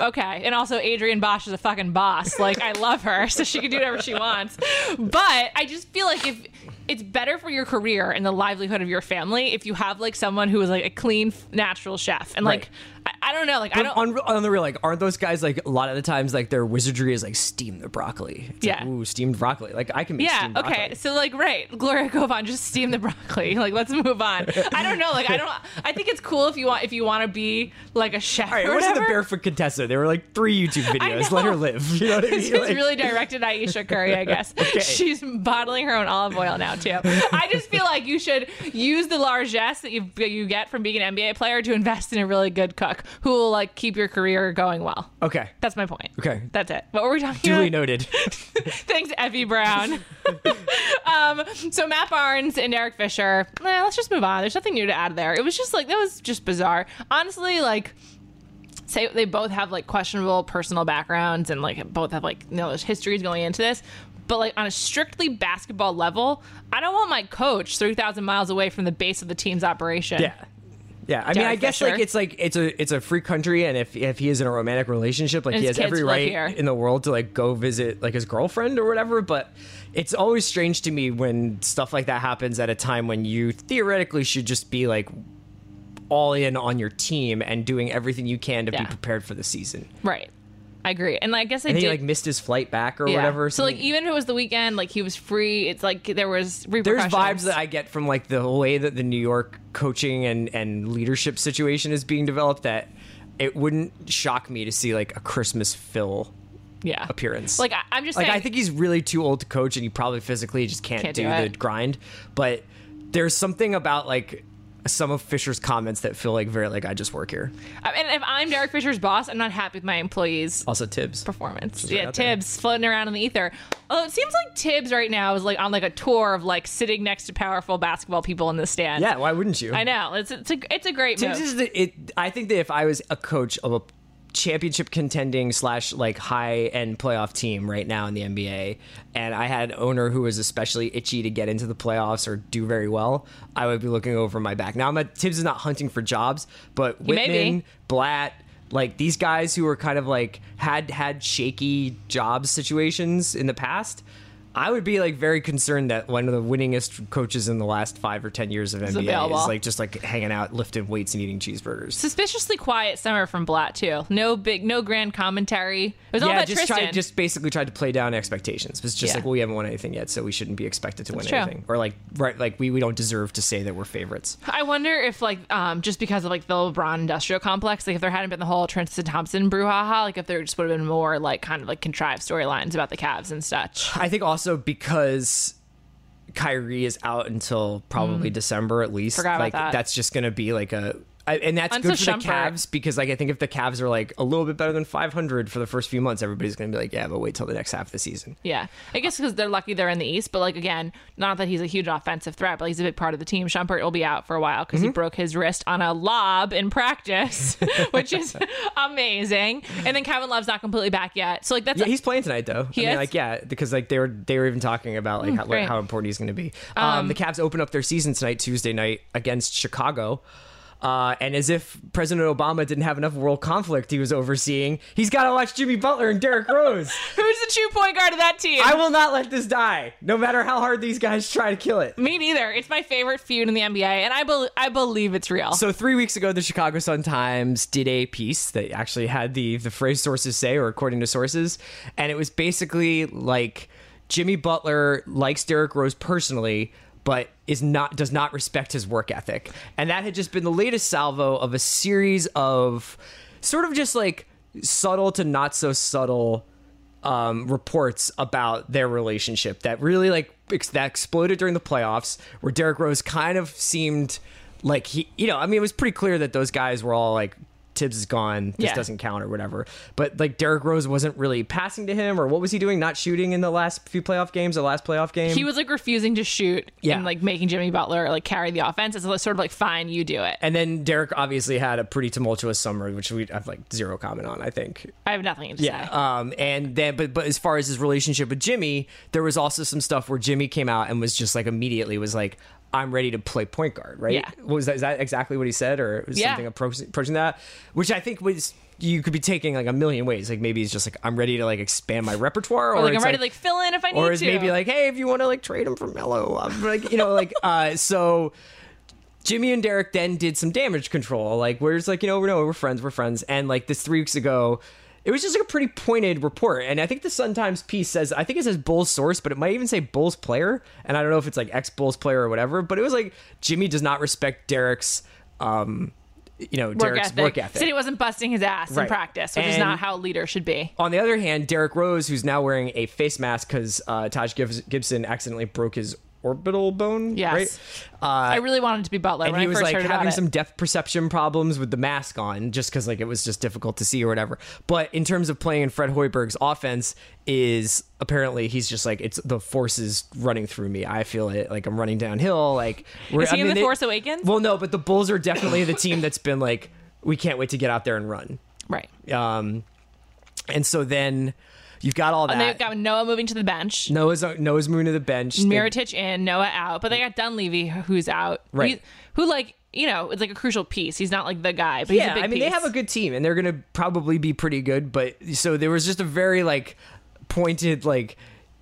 Speaker 1: okay, and also Adrian Bosch is a fucking boss. Like I love her, so she can do whatever she wants. But I just feel like if it's better for your career and the livelihood of your family if you have like someone who is like a clean, natural chef, and like I, I don't know, like I don't.
Speaker 2: on, on the real, like, aren't those guys like a lot of the times like their wizardry is like steam the broccoli? It's like,
Speaker 1: Yeah.
Speaker 2: ooh, steamed broccoli. Like I can make
Speaker 1: yeah.
Speaker 2: steamed
Speaker 1: Okay.
Speaker 2: broccoli.
Speaker 1: So, like, right, Gloria Govan, just steam the broccoli. *laughs* Like, let's move on. I don't know. Like, I don't. I think it's cool if you want if you want to be like a chef.
Speaker 2: All right,
Speaker 1: or
Speaker 2: what is the
Speaker 1: whatever.
Speaker 2: barefoot contessa? There were like
Speaker 1: *laughs*
Speaker 2: three YouTube videos.
Speaker 1: know.
Speaker 2: Let her live. *laughs* You know what I mean?
Speaker 1: This is
Speaker 2: Like,
Speaker 1: really directed at Aisha Curry,
Speaker 2: *laughs*
Speaker 1: I guess. She's bottling her own olive oil now too. I just feel like you should use the largesse that you you get from being an NBA player to invest in a really good cook who will like keep your career going well.
Speaker 2: okay.
Speaker 1: That's my point.
Speaker 2: Okay.
Speaker 1: That's it. What were we talking
Speaker 2: Duly
Speaker 1: about?
Speaker 2: noted.
Speaker 1: Thanks, Effie Brown. *laughs* um, so Matt Barnes and Eric Fisher. Eh, let's just move on. There's nothing new to add there. It was just like that was just bizarre. Honestly, like say they both have like questionable personal backgrounds and like both have like you know there's histories going into this. But like on a strictly basketball level, I don't want my coach three thousand miles away from the base of the team's operation.
Speaker 2: Yeah. Yeah, I mean,
Speaker 1: Derek
Speaker 2: I guess
Speaker 1: Fisher.
Speaker 2: like it's like it's a it's a free country, and if if he is in a romantic relationship, like
Speaker 1: And
Speaker 2: he
Speaker 1: his
Speaker 2: has
Speaker 1: kids
Speaker 2: every
Speaker 1: live
Speaker 2: right
Speaker 1: here.
Speaker 2: in the world to like go visit like his girlfriend or whatever. But it's always strange to me when stuff like that happens at a time when you theoretically should just be like all in on your team and doing everything you can to
Speaker 1: Yeah.
Speaker 2: be prepared for the season.
Speaker 1: right. I agree. And I guess I
Speaker 2: And
Speaker 1: did
Speaker 2: he like missed his flight back or
Speaker 1: yeah.
Speaker 2: whatever.
Speaker 1: So like
Speaker 2: he-
Speaker 1: even if it was the weekend, like he was free. It's like there was
Speaker 2: there's
Speaker 1: repercussions.
Speaker 2: vibes that I get from like the way that the New York coaching and and leadership situation is being developed that it wouldn't shock me to see like a Christmas fill
Speaker 1: yeah
Speaker 2: appearance.
Speaker 1: Like I, I'm just
Speaker 2: like
Speaker 1: saying.
Speaker 2: I think he's really too old to coach and he probably physically just can't,
Speaker 1: Can't do
Speaker 2: do, the
Speaker 1: it.
Speaker 2: grind, but there's something about like some of Fisher's comments that feel like very like I just work here.
Speaker 1: I- And if I'm Derek Fisher's boss, I'm not happy with my employees'
Speaker 2: Also Tibbs.
Speaker 1: performance.
Speaker 2: right
Speaker 1: yeah,
Speaker 2: out there.
Speaker 1: Tibbs floating around in the ether. Oh, it seems like Tibbs right now is like on like a tour of like sitting next to powerful basketball people in the stands.
Speaker 2: Yeah, why wouldn't you?
Speaker 1: I know. It's it's a it's a great
Speaker 2: Tibbs
Speaker 1: move.
Speaker 2: is the it. I think that if I was a coach of a championship contending slash like high end playoff team right now in the NBA, and I had an owner who was especially itchy to get into the playoffs or do very well, I would be looking over my back. Now, I'm not, Tibbs is not hunting for jobs, but
Speaker 1: may be.
Speaker 2: Whitman, Blatt. Like these guys who were kind of like had had shaky job situations in the past, I would be like very concerned that one of the winningest coaches in the last five or ten years of NBA
Speaker 1: available.
Speaker 2: is like just like hanging out, lifting weights, and eating cheeseburgers.
Speaker 1: Suspiciously quiet summer from Blatt too. No big, no grand commentary. It was all
Speaker 2: yeah,
Speaker 1: about
Speaker 2: just
Speaker 1: Tristan.
Speaker 2: tried, just basically tried to play down expectations. It's just
Speaker 1: Yeah.
Speaker 2: like well, we haven't won anything yet, so we shouldn't be expected to win
Speaker 1: true.
Speaker 2: anything, or like right, like we, we don't deserve to say that we're favorites.
Speaker 1: I wonder if like um just because of like the LeBron industrial complex, like if there hadn't been the whole Tristan Thompson brouhaha, like if there just would have been more like kind of like contrived storylines about the Cavs and such.
Speaker 2: I think also because Kyrie is out until probably December at least.
Speaker 1: Mm. Forgot about
Speaker 2: like
Speaker 1: that.
Speaker 2: that's just gonna be like a. I, and that's
Speaker 1: And
Speaker 2: good for
Speaker 1: so
Speaker 2: the
Speaker 1: Shumpert.
Speaker 2: Cavs because, like, I think if the Cavs are like a little bit better than 500 for the first few months, everybody's going to be like, "Yeah, but wait till the next half of the season."
Speaker 1: Yeah, I guess because they're lucky they're in the East, but like again, not that he's a huge offensive threat, but he's a big part of the team. Shumpert will be out for a while
Speaker 2: Mm-hmm.
Speaker 1: because he broke his wrist on a lob in
Speaker 2: *laughs*
Speaker 1: practice, which is amazing. And then Kevin Love's not completely back yet, so like that's
Speaker 2: Yeah, he's playing tonight though.
Speaker 1: He
Speaker 2: I mean,
Speaker 1: is? Mm,
Speaker 2: like yeah, because like they were they were even talking about like how,
Speaker 1: great.
Speaker 2: how important he's going to be. Um, the Cavs open up their season tonight, Tuesday night against Chicago. Uh, and as if President Obama didn't have enough world conflict he was overseeing, he's got to watch Jimmy Butler and Derrick Rose.
Speaker 1: *laughs* *laughs* who's the true point guard of that team?
Speaker 2: I will not let this die, no matter how hard these guys try to kill it.
Speaker 1: Me neither. It's my favorite feud in the NBA, and I bel I believe it's real.
Speaker 2: So three weeks ago, the Chicago Sun Times did a piece that actually had the the phrase sources say, or according to sources, and it was basically like Jimmy Butler likes Derrick Rose personally, but is not does not respect his work ethic, and that had just been the latest salvo of a series of sort of just like subtle to not so subtle um, reports about their relationship that really like ex- that exploded during the playoffs, where Derrick Rose kind of seemed like he, you know, I mean, it was pretty clear that those guys were all like. Tibbs is gone. This
Speaker 1: Yeah.
Speaker 2: doesn't count or whatever. But like Derrick Rose wasn't really passing to him, or what was he doing? Not shooting in the last few playoff games. The last playoff game.
Speaker 1: he was like refusing to shoot
Speaker 2: Yeah.
Speaker 1: and like making Jimmy Butler like carry the offense. It's sort of like fine, you do it.
Speaker 2: and then Derek obviously had a pretty tumultuous summer, which we have like zero comment on. I think
Speaker 1: I have nothing to say.
Speaker 2: Um, and then, but but as far as his relationship with Jimmy, there was also some stuff where Jimmy came out and was just like immediately was like, "I'm ready to play point guard." Right?
Speaker 1: Yeah.
Speaker 2: What was that, is that exactly what he said, or was
Speaker 1: Yeah.
Speaker 2: something approaching, approaching that? Which I think was you could be taking like a million ways. Like maybe he's just like, "I'm ready to like expand my repertoire," or,
Speaker 1: Or, like I'm
Speaker 2: it's,
Speaker 1: ready to like fill in if I need
Speaker 2: or is
Speaker 1: to.
Speaker 2: maybe like, hey, if you want to like trade him for Mello, I'm like, you know, like, uh, so Jimmy and Derek then did some damage control, like, where it's like, you know, we're no, we're friends, we're friends, and like this three weeks ago. It was just like a pretty pointed report, and I think the Sun Times piece says I think it says Bulls source, but it might even say Bulls player, and I don't know if it's like ex Bulls player or whatever. But it was like Jimmy does not respect Derek's, um, you know,
Speaker 1: work
Speaker 2: Derek's
Speaker 1: ethic.
Speaker 2: work ethic.
Speaker 1: Said he wasn't busting his ass in
Speaker 2: Right.
Speaker 1: practice, which is
Speaker 2: And-
Speaker 1: not how a leader should be.
Speaker 2: On the other hand, Derek Rose, who's now wearing a face mask because uh, Taj Gibs- Gibson accidentally broke his orbital bone.
Speaker 1: Yes.
Speaker 2: Right? Uh,
Speaker 1: I really wanted to be Butler
Speaker 2: and
Speaker 1: when
Speaker 2: he
Speaker 1: I
Speaker 2: was
Speaker 1: first
Speaker 2: like
Speaker 1: heard about
Speaker 2: having
Speaker 1: it.
Speaker 2: some depth perception problems with the mask on just because like it was just difficult to see or whatever. But in terms of playing in Fred Hoiberg's offense is apparently he's just like it's the forces running through me. I feel it like I'm running downhill. Like we're,
Speaker 1: Is he in The Force Awakens?
Speaker 2: Well, no, but the Bulls are definitely the team that's been like we can't wait to get out there and run.
Speaker 1: right.
Speaker 2: Um, and so then you've got all
Speaker 1: And they've
Speaker 2: that.
Speaker 1: got Noah moving to the bench,
Speaker 2: Noah's Noah's moving to the bench.
Speaker 1: Miritich in, Noah out, but they got Dunleavy who's out.
Speaker 2: Right.
Speaker 1: He's- who like you know it's like a crucial piece. He's not like the guy, but
Speaker 2: They-
Speaker 1: he's
Speaker 2: yeah,
Speaker 1: a big
Speaker 2: I mean they
Speaker 1: piece.
Speaker 2: have a good team, and they're gonna probably be pretty good. But so there was just a very like pointed like.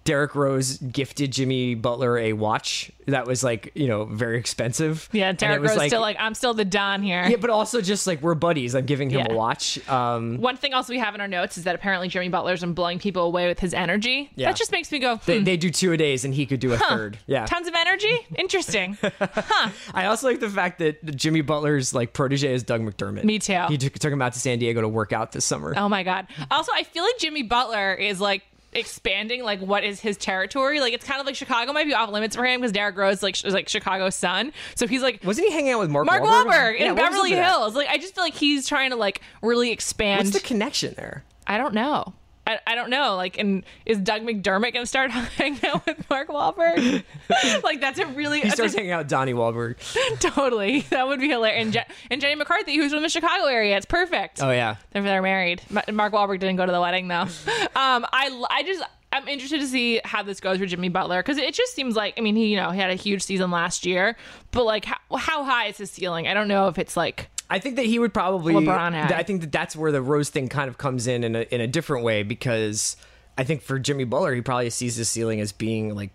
Speaker 2: Derek Rose gifted Jimmy Butler a watch that was like, you know, very expensive.
Speaker 1: yeah.
Speaker 2: And it
Speaker 1: Derek
Speaker 2: was,
Speaker 1: Rose still like I'm still the Don here.
Speaker 2: Yeah, but also just like we're buddies. I'm giving him
Speaker 1: Yeah.
Speaker 2: a watch. Um
Speaker 1: One thing else we have in our notes is that apparently Jeremy Butler's been blowing people away with his energy.
Speaker 2: Yeah.
Speaker 1: That just makes me go, hmm,
Speaker 2: they, they do two a days and he could do a third. Yeah.
Speaker 1: tons of energy? Interesting.
Speaker 2: *laughs* I also like the fact that Jimmy Butler's like protege is Doug McDermott.
Speaker 1: Me too.
Speaker 2: He took, took him out to San Diego to work out this summer.
Speaker 1: oh my God. Also, I feel like Jimmy Butler is like expanding like what is his territory. Like it's kind of like Chicago might be off limits for him because Derek Rose like is like Chicago's son, so he's like
Speaker 2: Wasn't he hanging out with Mark
Speaker 1: Mark
Speaker 2: Wahlberg,
Speaker 1: Wahlberg
Speaker 2: Yeah,
Speaker 1: in
Speaker 2: what was
Speaker 1: Beverly
Speaker 2: up with that?
Speaker 1: Hills. Like I just feel like he's trying to like really expand.
Speaker 2: What's the connection there?
Speaker 1: I don't know. I, I don't know. Like, and is Doug McDermott gonna start *laughs* hanging out with Mark Wahlberg? *laughs* like, that's a really
Speaker 2: He
Speaker 1: that's a-
Speaker 2: starts hanging out with Donnie Wahlberg.
Speaker 1: *laughs* totally that would be hilarious. And, Je- and Jenny McCarthy, who's from the Chicago area, it's perfect.
Speaker 2: Oh yeah,
Speaker 1: They're they're married. Ma- Mark Wahlberg didn't go to the wedding
Speaker 2: *laughs*
Speaker 1: though. Um, I I just I'm interested to see how this goes for Jimmy Butler because it just seems like I mean he you know he had a huge season last year, but like how, how high is his ceiling? I don't know if it's like
Speaker 2: I think that he would probably.
Speaker 1: LeBron had.
Speaker 2: I think that that's where the Rose thing kind of comes in in a, in a different way because I think for Jimmy Butler, he probably sees his ceiling as being like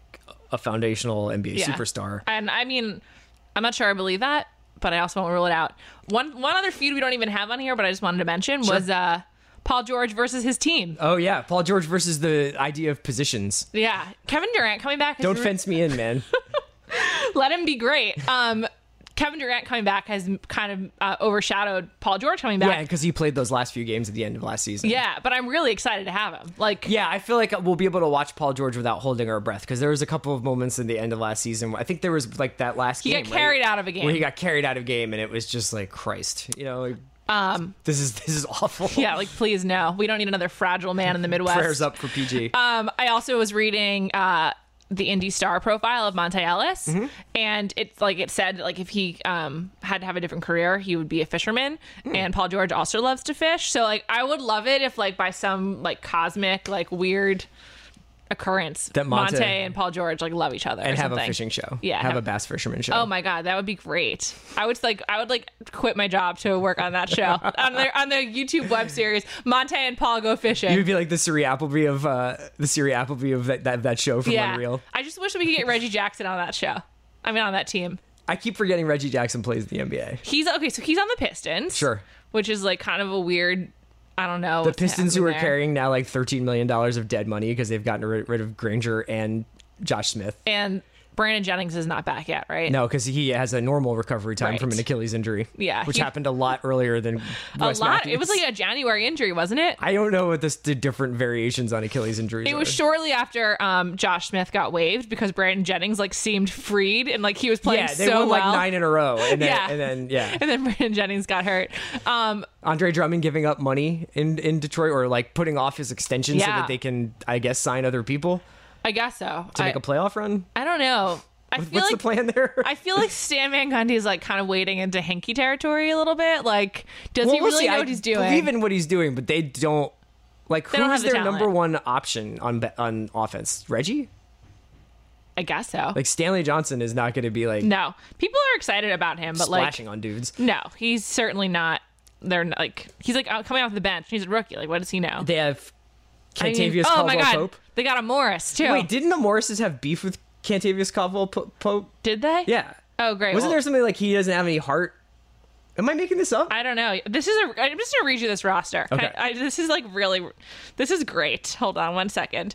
Speaker 2: a foundational NBA
Speaker 1: Yeah.
Speaker 2: superstar.
Speaker 1: And I mean, I'm not sure I believe that, but I also won't rule it out. One one other feud we don't even have on here, but I just wanted to mention was uh, Paul George versus his team.
Speaker 2: Oh yeah, Paul George versus the idea of positions.
Speaker 1: Yeah, Kevin Durant coming back. has
Speaker 2: Don't
Speaker 1: re-
Speaker 2: fence me in, man.
Speaker 1: *laughs* Let him be great. Um, Kevin Durant coming back has kind of uh, overshadowed Paul George coming
Speaker 2: yeah,
Speaker 1: back.
Speaker 2: because he played those last few games at the end of last season.
Speaker 1: Yeah, but I'm really excited to have him. Like,
Speaker 2: Yeah, I feel like we'll be able to watch Paul George without holding our breath because there was a couple of moments in the end of last season. I think there was like that last
Speaker 1: he
Speaker 2: game
Speaker 1: got
Speaker 2: right?
Speaker 1: carried out of a game.
Speaker 2: where he got carried out of game, and it was just like Christ, you know. Like,
Speaker 1: um,
Speaker 2: this is this is awful.
Speaker 1: *laughs* yeah, like please no, we don't need another fragile man in the Midwest.
Speaker 2: *laughs* prayers up for PG.
Speaker 1: Um, I also was reading uh, the Indie Star profile of Monte Ellis,
Speaker 2: Mm-hmm.
Speaker 1: and it's like it said like if he um, had to have a different career, he would be a fisherman.
Speaker 2: Mm.
Speaker 1: And Paul George also loves to fish, so like I would love it if like by some like cosmic like weird occurrence
Speaker 2: That Monte-
Speaker 1: and Paul George like love each other
Speaker 2: and
Speaker 1: or
Speaker 2: have a
Speaker 1: something.
Speaker 2: fishing show.
Speaker 1: Yeah,
Speaker 2: have
Speaker 1: have-
Speaker 2: a bass fisherman show.
Speaker 1: Oh my god, that would be great. I would like I would like quit my job to work on that
Speaker 2: *laughs*
Speaker 1: show on their on the YouTube web series Monte and Paul go fishing.
Speaker 2: you would be like the Siri Appleby of uh, the Siri Appleby of that, that that show from Unreal.
Speaker 1: I just wish we could get Reggie Jackson on that show. I mean, on that team.
Speaker 2: I keep forgetting Reggie Jackson plays in the NBA.
Speaker 1: He's okay, so he's on the Pistons.
Speaker 2: Sure.
Speaker 1: Which is like kind of a weird. I don't know.
Speaker 2: The Pistons who are carrying now like thirteen million dollars of dead money because they've gotten rid, rid of Granger and Josh Smith.
Speaker 1: And Brandon Jennings is not back yet, right?
Speaker 2: No, because he has a normal recovery time from
Speaker 1: Right.
Speaker 2: an Achilles injury.
Speaker 1: Yeah,
Speaker 2: which
Speaker 1: he-
Speaker 2: happened a lot earlier than
Speaker 1: A
Speaker 2: Wes
Speaker 1: lot. It was
Speaker 2: Matthews.
Speaker 1: like a January injury, wasn't it?
Speaker 2: I don't know what this the different variations on Achilles injuries.
Speaker 1: It was
Speaker 2: are.
Speaker 1: shortly after um, Josh Smith got waived because Brandon Jennings like seemed freed and like he was playing
Speaker 2: yeah, they
Speaker 1: so
Speaker 2: won like
Speaker 1: well.
Speaker 2: nine in a row, and then,
Speaker 1: Yeah.
Speaker 2: and then yeah,
Speaker 1: *laughs* and then Brandon Jennings got hurt. Um,
Speaker 2: Andre Drummond giving up money in, in Detroit or like putting off his extension so
Speaker 1: Yeah.
Speaker 2: that they can, I guess, sign other people
Speaker 1: I guess so.
Speaker 2: to
Speaker 1: I,
Speaker 2: make a playoff run.
Speaker 1: I don't know. I feel
Speaker 2: What's
Speaker 1: like
Speaker 2: the plan there?
Speaker 1: I feel like Stan Van Gundy is like kind of wading into hanky territory a little bit. Like, does
Speaker 2: Well,
Speaker 1: he
Speaker 2: we'll
Speaker 1: really
Speaker 2: see.
Speaker 1: know
Speaker 2: I
Speaker 1: what he's doing?
Speaker 2: Believe in what he's doing, but they don't. Like,
Speaker 1: don't
Speaker 2: who is
Speaker 1: have the
Speaker 2: their
Speaker 1: talent.
Speaker 2: number one option on be- on offense? Reggie?
Speaker 1: I guess so.
Speaker 2: Like Stanley Johnson is not going to be like
Speaker 1: no, people are excited about him, but
Speaker 2: splashing on dudes.
Speaker 1: like, no, he's certainly not. They're not, like, he's like out- coming off the bench. He's a rookie. Like, what does he know?
Speaker 2: They have
Speaker 1: I mean,
Speaker 2: Cantavious
Speaker 1: oh
Speaker 2: Caldwell
Speaker 1: my god,
Speaker 2: Pope.
Speaker 1: they got a Morris too.
Speaker 2: Wait, didn't the Morrises have beef with Cantavious Caldwell Po- Pope?
Speaker 1: did they?
Speaker 2: Yeah.
Speaker 1: Oh great.
Speaker 2: Wasn't
Speaker 1: Well,
Speaker 2: there something like he doesn't have any heart? Am I making this up?
Speaker 1: I don't know. This is a. I'm just gonna read you this roster. Can
Speaker 2: Okay.
Speaker 1: I, I, this is like really. This is great. Hold on one second.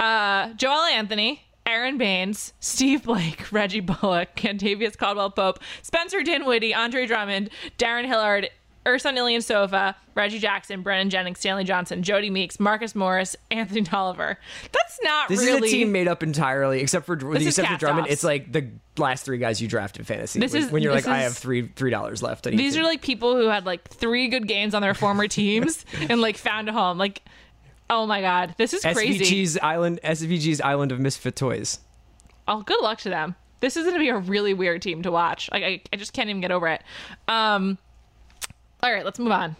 Speaker 1: Uh, Joel Anthony, Aaron Baines, Steve Blake, *laughs* Reggie Bullock, Cantavius Caldwell Pope, Spencer Dinwiddie, Andre Drummond, Darren Hillard, Ursan Ilian Sofa, Reggie Jackson, Brennan Jennings, Stanley Johnson, Jody Meeks, Marcus Morris, Anthony Tolliver. That's not
Speaker 2: This
Speaker 1: really.
Speaker 2: is a team made up entirely, except for
Speaker 1: This
Speaker 2: with the
Speaker 1: is
Speaker 2: exception of Drummond.
Speaker 1: cast-offs.
Speaker 2: It's like the last three guys you draft in fantasy.
Speaker 1: This
Speaker 2: when,
Speaker 1: is-
Speaker 2: when you're
Speaker 1: this
Speaker 2: like,
Speaker 1: is-
Speaker 2: I have three three dollars left. I need
Speaker 1: These
Speaker 2: to-
Speaker 1: are like people who had like three good games on their
Speaker 2: *laughs*
Speaker 1: former teams and like found a home. Like, oh my god, this is crazy.
Speaker 2: SVG's island, SVG's island of misfit toys.
Speaker 1: Oh, good luck to them. This is going to be a really weird team to watch. Like, I, I just can't even get over it. Um, all right, let's move on.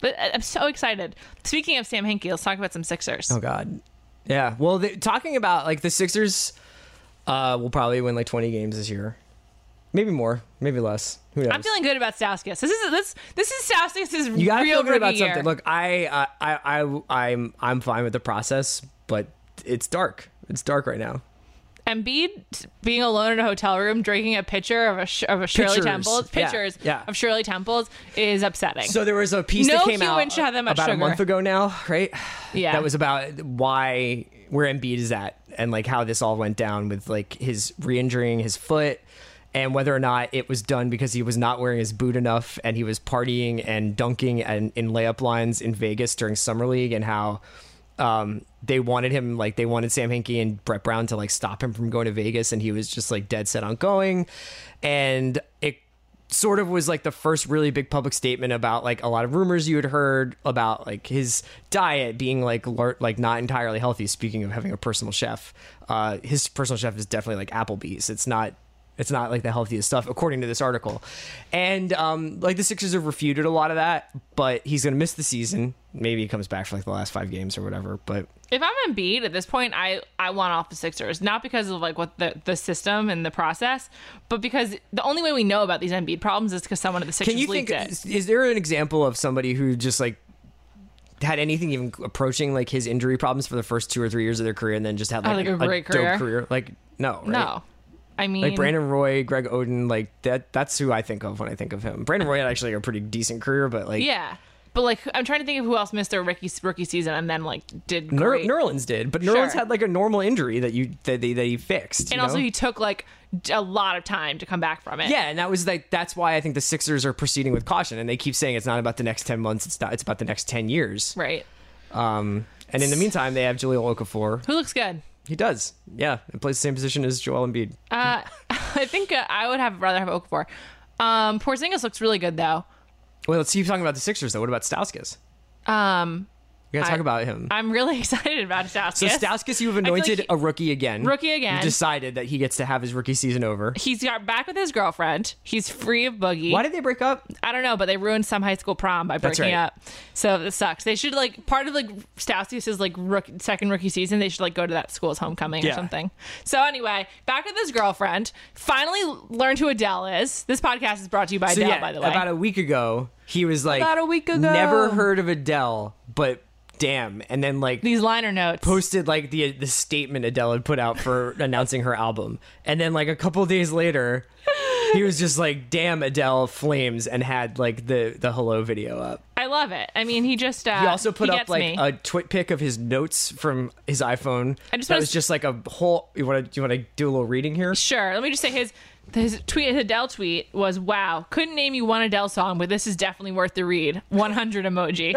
Speaker 1: But I- I'm so excited. Speaking of Sam Hinkie, let's talk about some Sixers.
Speaker 2: Oh God, yeah. Well, they, talking about like the Sixers, uh, will probably win like 20 games this year, maybe more, maybe less. Who knows?
Speaker 1: I'm feeling good about Stauskas. This is this this is Stauskas'
Speaker 2: you gotta
Speaker 1: real
Speaker 2: feel good about
Speaker 1: rookie year.
Speaker 2: something. Look, I, I, I, I, I'm, I'm fine with the process, but it's dark. It's dark right now.
Speaker 1: Embiid being alone in a hotel room drinking a pitcher of a sh- of a Shirley
Speaker 2: Pictures.
Speaker 1: Temple's
Speaker 2: Yeah,
Speaker 1: pictures
Speaker 2: yeah.
Speaker 1: of Shirley Temple's is upsetting.
Speaker 2: So there was a piece
Speaker 1: No
Speaker 2: that came
Speaker 1: human
Speaker 2: out
Speaker 1: should have that much
Speaker 2: about a
Speaker 1: sugar.
Speaker 2: month ago now, right?
Speaker 1: Yeah.
Speaker 2: That was about why where Embiid is at and like how this all went down with like his re-injuring his foot and whether or not it was done because he was not wearing his boot enough and he was partying and dunking and in layup lines in Vegas during summer league and how um, they wanted him like they wanted Sam Hinkie and Brett Brown to like stop him from going to Vegas, and he was just like dead set on going, and it sort of was like the first really big public statement about like a lot of rumors you had heard about like his diet being like lar- like not entirely healthy. Speaking of having a personal chef, uh, his personal chef is definitely like Applebee's. It's not it's not like the healthiest stuff according to this article and um, like the sixers have refuted a lot of that but he's going to miss the season maybe he comes back for like the last five games or whatever but
Speaker 1: If I'm Embiid at this point, I I want off the Sixers, not because of like what the the system and the process, but because the only way we know about these Embiid problems is because someone at the Sixers
Speaker 2: can you
Speaker 1: leaked
Speaker 2: think
Speaker 1: it.
Speaker 2: is, is there an example of somebody who just like had anything even approaching like his injury problems for the first two or three years of their career and then just had like,
Speaker 1: Oh, like, a great
Speaker 2: dope
Speaker 1: career?
Speaker 2: career like no right?
Speaker 1: No, I mean
Speaker 2: like Brandon Roy, Greg Oden, like that—that's who I think of when I think of him. Brandon Roy had actually a pretty decent career, but like
Speaker 1: Yeah, but like I'm trying to think of who else missed their rookie rookie season and then like did
Speaker 2: Ner-
Speaker 1: great.
Speaker 2: Nerlens did, but Nerlens
Speaker 1: Sure.
Speaker 2: had like a normal injury that you that, they, that he fixed. you
Speaker 1: and also
Speaker 2: know?
Speaker 1: he took like d- a lot of time to come back from it.
Speaker 2: yeah, and that was like that's why I think the Sixers are proceeding with caution, and they keep saying it's not about the next ten months, it's not it's about the next ten years.
Speaker 1: right.
Speaker 2: Um, and in the meantime, they have Julio Okafor.
Speaker 1: Who looks good?
Speaker 2: He does, yeah, and plays the same position as Joel Embiid.
Speaker 1: Uh, *laughs* I think uh, I would have rather have Okafor. Um, Porzingis looks really good though.
Speaker 2: Well, let's keep talking about the Sixers though. What about Stauskas?
Speaker 1: Um,
Speaker 2: We gotta
Speaker 1: I-
Speaker 2: talk about him.
Speaker 1: I'm really *laughs* excited about Stauskas.
Speaker 2: so Stauskas, you have
Speaker 1: I feel like
Speaker 2: anointed
Speaker 1: he-
Speaker 2: a rookie again.
Speaker 1: Rookie again.
Speaker 2: You've decided that he gets to have his rookie season over.
Speaker 1: he's got back with his girlfriend. He's free of boogie.
Speaker 2: Why did they break up?
Speaker 1: I don't know, but they ruined some high school prom by breaking
Speaker 2: right.
Speaker 1: up. So this sucks. They should like part of like Stasius's like rook, second rookie season. They should like go to that school's homecoming
Speaker 2: Yeah.
Speaker 1: or something. So anyway, back with his girlfriend. Finally learned who Adele is. This podcast is brought to you by
Speaker 2: So
Speaker 1: Adele,
Speaker 2: yeah,
Speaker 1: by the way.
Speaker 2: about a week ago, he was like,
Speaker 1: About a week ago.
Speaker 2: never heard of Adele, but damn. And then like
Speaker 1: These liner notes.
Speaker 2: posted like the the statement Adele had put out
Speaker 1: *laughs*
Speaker 2: for announcing her album, and then like a couple days later, he was just like, damn, Adele flames, and had like the the hello video up.
Speaker 1: I love it. I mean, he just uh,
Speaker 2: He also put up
Speaker 1: gets
Speaker 2: like
Speaker 1: me.
Speaker 2: a twit pic of his notes from his iPhone.
Speaker 1: I just
Speaker 2: that
Speaker 1: wanna
Speaker 2: was
Speaker 1: s-
Speaker 2: just like a whole. You want to you want to do a little reading here?
Speaker 1: Sure. Let me just say his his tweet his Adele tweet was wow. Couldn't name you one Adele song, but this is definitely worth the read. *laughs* 100 emoji.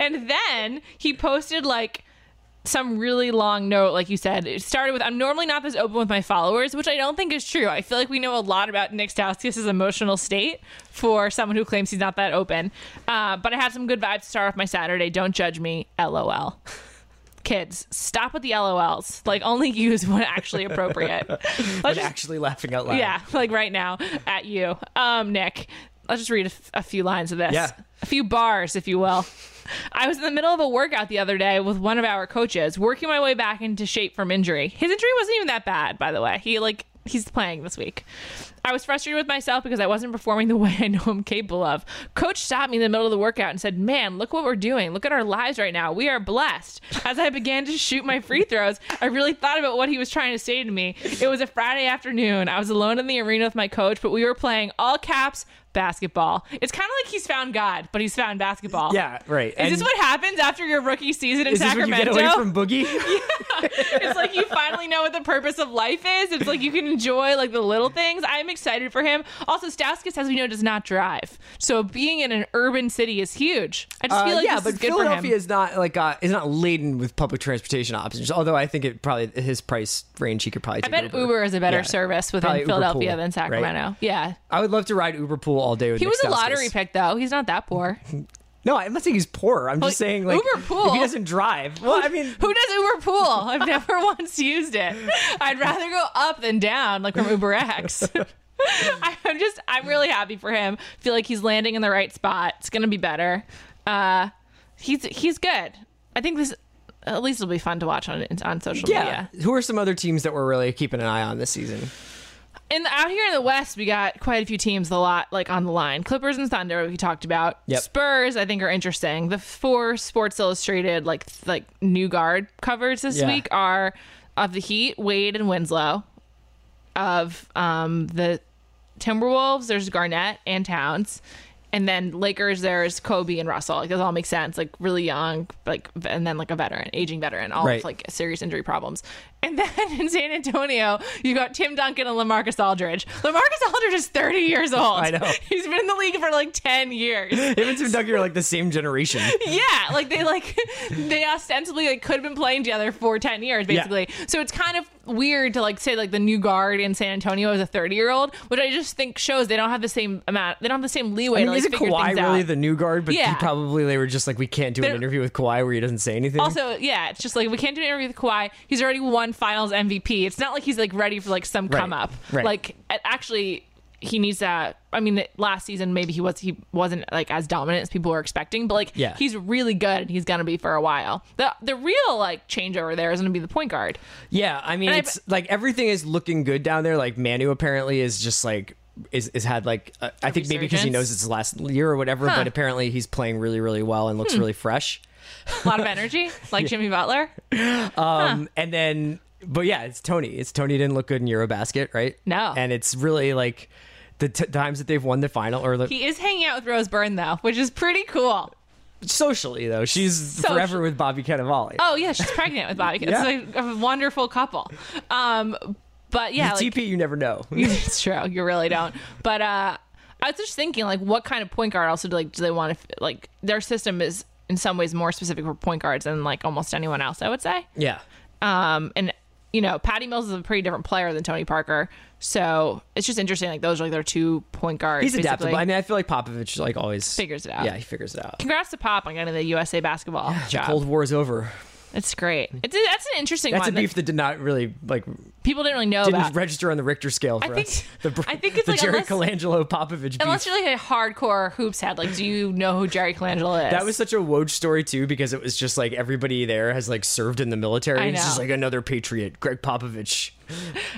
Speaker 1: and then he posted like some really long note, like you said. It started with, I'm normally not this open with my followers, which I don't think is true. I feel like we know a lot about Nick Stauskas' emotional state for someone who claims he's not that open. Uh, but I had some good vibes to start off my Saturday. Don't judge me. LOL. *laughs* Kids, stop with the LOLs. Like, only use when actually appropriate. Let's
Speaker 2: But
Speaker 1: just-
Speaker 2: actually laughing out loud.
Speaker 1: yeah, *laughs* like right now at you, um, Nick. I'll just read a, f- a few lines of this.
Speaker 2: Yeah.
Speaker 1: A few bars, if you will. I was in the middle of a workout the other day with one of our coaches, working my way back into shape from injury. His injury wasn't even that bad, by the way. He like he's playing this week. I was frustrated with myself because I wasn't performing the *laughs* way I know I'm capable of. Coach stopped me in the middle of the workout and said, "Man, look what we're doing. Look at our lives right now. We are blessed." As I began to shoot my free throws, I really thought about what he was trying to say to me. It was a Friday afternoon. I was alone in the arena with my coach, but we were playing all caps basketball. It's kind of like he's found God, but he's found basketball.
Speaker 2: Yeah, right.
Speaker 1: Is this what happens after your rookie season in
Speaker 2: *laughs* is this what you get
Speaker 1: Sacramento?
Speaker 2: away from
Speaker 1: *laughs*
Speaker 2: Boogie?
Speaker 1: it's like you finally know what the purpose of life is. It's like you can enjoy like the little things. I'm excited for him. Also, Stauskas, as we know, does not drive, so being in an urban city is huge. I just feel
Speaker 2: Uh,
Speaker 1: like
Speaker 2: yeah,
Speaker 1: this
Speaker 2: but
Speaker 1: is good
Speaker 2: Philadelphia
Speaker 1: for him.
Speaker 2: is not like uh, is not laden with public transportation options. Although I think it probably his price range he could probably.
Speaker 1: I bet Uber. is a better
Speaker 2: Yeah.
Speaker 1: service within
Speaker 2: Probably Uber
Speaker 1: Philadelphia
Speaker 2: Pool,
Speaker 1: than
Speaker 2: right?
Speaker 1: Sacramento. Yeah.
Speaker 2: I would love to ride Uber pool all day. With
Speaker 1: He
Speaker 2: Nick
Speaker 1: was a
Speaker 2: Stauskas.
Speaker 1: lottery pick, though. He's not that poor.
Speaker 2: No, I'm not saying he's poor. I'm
Speaker 1: Well,
Speaker 2: just saying like
Speaker 1: Uber Pool-
Speaker 2: If he doesn't drive. Well, I mean,
Speaker 1: *laughs* Who does Uber Pool? I've never *laughs* once used it. I'd rather go up than down, like from UberX. *laughs* I- I'm just, I'm really happy for him. Feel like he's landing in the right spot. It's gonna be better. Uh, he's he's good. I think this, at least, it'll be fun to watch on on social
Speaker 2: yeah.
Speaker 1: media.
Speaker 2: Who are some other teams that we're really keeping an eye on this season?
Speaker 1: And out here in the West, we got quite a few teams a lot like on the line. Clippers and Thunder we talked about.
Speaker 2: Yep.
Speaker 1: Spurs I think are interesting. The four Sports Illustrated like th- like new guard covers this
Speaker 2: Yeah.
Speaker 1: week are of the Heat, Wade and Winslow. Of um the Timberwolves, there's Garnett and Towns. and then Lakers there's Kobe and Russell. Like those all make sense. Like really young, like and then like a veteran, aging veteran, all
Speaker 2: Right.
Speaker 1: with like serious injury problems. *laughs* And then in San Antonio, you got Tim Duncan and LaMarcus Aldridge. LaMarcus Aldridge is 30 years old.
Speaker 2: *laughs* I know.
Speaker 1: He's been in the league for like 10 years.
Speaker 2: Him and Tim Duncan are like the same generation.
Speaker 1: *laughs* Yeah, like they like *laughs* they ostensibly like could have been playing together for ten years,
Speaker 2: Yeah.
Speaker 1: basically. So it's kind of weird to like say like the new guard in San Antonio is a thirty year old, which I just think shows they don't have the same amount, they don't have the same leeway
Speaker 2: I mean,
Speaker 1: to like
Speaker 2: isn't
Speaker 1: figure
Speaker 2: Kawhi
Speaker 1: things
Speaker 2: really
Speaker 1: out.
Speaker 2: the new guard? But
Speaker 1: Yeah.
Speaker 2: he probably they were just like, we can't do an
Speaker 1: They're-
Speaker 2: interview with Kawhi where he doesn't say anything.
Speaker 1: also, yeah, it's just like we can't do an interview with Kawhi. He's already won Finals MVP. It's not like he's like ready for like some
Speaker 2: Right,
Speaker 1: come up.
Speaker 2: right.
Speaker 1: Like a- actually, he needs that. I mean, last season maybe he was he wasn't like as dominant as people were expecting, but like
Speaker 2: Yeah.
Speaker 1: he's really good and he's gonna be for a while. The the real like changeover there is gonna be the point guard.
Speaker 2: yeah, I mean,
Speaker 1: And I-
Speaker 2: it's like everything is looking good down there. Like Manu apparently is just like. Is, is had like uh, I think maybe because he
Speaker 1: resurgence?
Speaker 2: knows it's his last year or whatever, but apparently he's playing really really well and looks
Speaker 1: Hmm.
Speaker 2: really fresh.
Speaker 1: A lot of
Speaker 2: *laughs*
Speaker 1: energy, like Jimmy Butler.
Speaker 2: Um, and then, but yeah, it's Tony. It's Tony didn't look good in Eurobasket, right?
Speaker 1: No.
Speaker 2: and it's really like the t- times that they've won the final or like
Speaker 1: He is hanging out with Rose Byrne though, which is pretty
Speaker 2: *laughs*
Speaker 1: cool.
Speaker 2: socially though she's
Speaker 1: Social-
Speaker 2: forever with Bobby Cannavale.
Speaker 1: Oh yeah, she's pregnant with Bobby.
Speaker 2: Yeah.
Speaker 1: It's like a wonderful couple. Um, but yeah, like,
Speaker 2: TP, you never know.
Speaker 1: *laughs* it's true. You really don't. But uh, I was just thinking, like, what kind of point guard also do like do they want to like their system is in some ways more specific for point guards than like almost anyone else. I would say.
Speaker 2: yeah,
Speaker 1: Um, and you know, Patty Mills is a pretty different player than Tony Parker, so it's just interesting. Like those are like their two point guards.
Speaker 2: he's adaptable.
Speaker 1: basically.
Speaker 2: I mean, I feel like Popovich like always
Speaker 1: Figures it out.
Speaker 2: Yeah, he figures it out.
Speaker 1: Congrats to Pop on getting the USA basketball
Speaker 2: The
Speaker 1: job.
Speaker 2: Cold War is over.
Speaker 1: It's great. It's that's an interesting
Speaker 2: That's
Speaker 1: one.
Speaker 2: a beef that did not really like
Speaker 1: that people didn't really know
Speaker 2: didn't
Speaker 1: about.
Speaker 2: register on the Richter scale for
Speaker 1: I think-
Speaker 2: us. *laughs* The,
Speaker 1: I think it's
Speaker 2: the
Speaker 1: like
Speaker 2: Jerry
Speaker 1: unless-
Speaker 2: Colangelo Popovich beef.
Speaker 1: Unless you're like a hardcore hoops head, like, do you know who Jerry Colangelo is?
Speaker 2: That was such a Woj story too, because it was just like everybody there has like served in the military.
Speaker 1: I
Speaker 2: It's just
Speaker 1: know.
Speaker 2: like another patriot, Greg Popovich.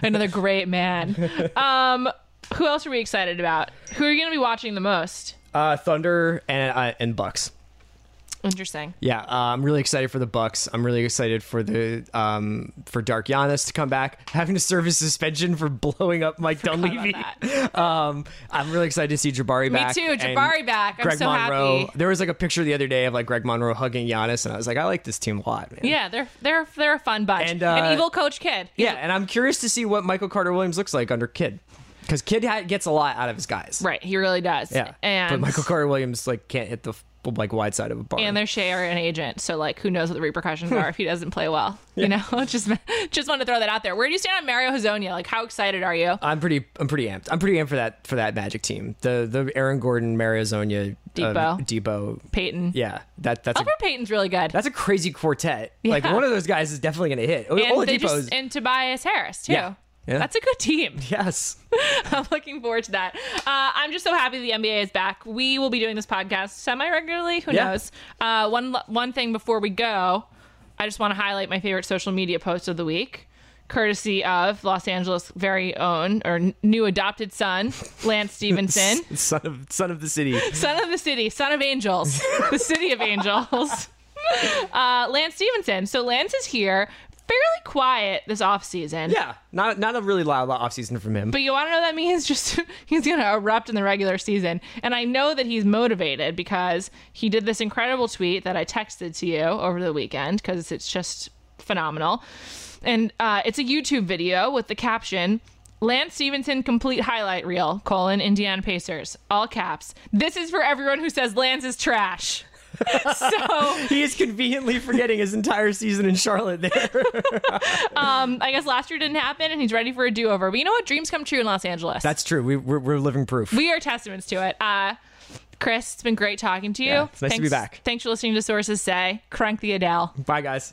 Speaker 1: another great
Speaker 2: *laughs*
Speaker 1: man. Um, who else are we excited about? Who are you going to be watching the most?
Speaker 2: Uh, Thunder and uh, and Bucks.
Speaker 1: Interesting.
Speaker 2: Yeah, uh, I'm really excited for the Bucks. I'm really excited for the um, for Dark Giannis to come back, *laughs* having to serve his suspension for blowing up Mike Dunleavy. *laughs* Um, I'm really excited to see Jabari
Speaker 1: Me
Speaker 2: back.
Speaker 1: too,
Speaker 2: and
Speaker 1: Jabari back. I'm
Speaker 2: Greg
Speaker 1: so
Speaker 2: Monroe.
Speaker 1: happy.
Speaker 2: There was like a picture the other day of like Greg Monroe hugging Giannis, and I was like, I like this team a lot, man.
Speaker 1: Yeah, they're they're they're a fun bunch.
Speaker 2: And, uh,
Speaker 1: An evil coach kid.
Speaker 2: Yeah, and I'm curious to see what Michael Carter Williams looks like under Kid, because Kid ha- gets a lot out of his guys.
Speaker 1: Right, he really does.
Speaker 2: Yeah,
Speaker 1: and
Speaker 2: but Michael Carter Williams like can't hit the f- like wide side of a bar.
Speaker 1: and they're share an agent, so like who knows what the repercussions are if he doesn't play
Speaker 2: *laughs*
Speaker 1: well. You know, *laughs* just just want to throw that out there. Where do you stand on Mario Hazonia? Like, how excited are you?
Speaker 2: I'm pretty I'm pretty amped. I'm pretty amped for that for that Magic team. The the Aaron Gordon, Mario Zonia, um,
Speaker 1: Depot.
Speaker 2: Depot.
Speaker 1: Peyton.
Speaker 2: Yeah, that that's a,
Speaker 1: Albert Peyton's really good.
Speaker 2: that's a crazy quartet. Like
Speaker 1: Yeah.
Speaker 2: one of those guys is definitely going to hit. Oh,
Speaker 1: and, they
Speaker 2: Oladipo's
Speaker 1: just, and Tobias Harris too.
Speaker 2: Yeah. Yeah.
Speaker 1: That's a good team. *laughs*
Speaker 2: yes.
Speaker 1: I'm looking forward to that. Uh, I'm just so happy the NBA is back. We will be doing this podcast semi regularly. Who
Speaker 2: Yeah.
Speaker 1: knows? Uh, one one thing before we go, I just want to highlight my favorite social media post of the week, courtesy of Los Angeles' very own or n- new adopted son, Lance
Speaker 2: *laughs*
Speaker 1: Stevenson,
Speaker 2: son of son of
Speaker 1: *laughs*
Speaker 2: the city.
Speaker 1: son of the city, son of angels, the city of
Speaker 2: *laughs*
Speaker 1: angels. Uh, Lance Stevenson. So Lance is here, fairly quiet this off season.
Speaker 2: Yeah, not not a really loud offseason from him.
Speaker 1: But you want to know what that means? *laughs* Just he's going to erupt in the regular season. And I know that he's motivated because he did this incredible tweet that I texted to you over the weekend because it's just phenomenal. And uh, it's a YouTube video with the caption Lance Stevenson complete highlight reel, colon, Indiana Pacers, all caps. This is for everyone who says Lance is trash. *laughs* so
Speaker 2: he is conveniently forgetting his entire season in
Speaker 1: *laughs*
Speaker 2: Charlotte there.
Speaker 1: um, I guess last year didn't happen and he's ready for a do over. But you know what? Dreams come true in Los Angeles.
Speaker 2: That's true. We we're, we're living proof.
Speaker 1: we are testaments to it. Uh, Chris, it's been great talking to you.
Speaker 2: Yeah, it's nice to
Speaker 1: thanks,
Speaker 2: be back.
Speaker 1: Thanks for listening to Sources Say. Crank the Adele.
Speaker 2: Bye guys.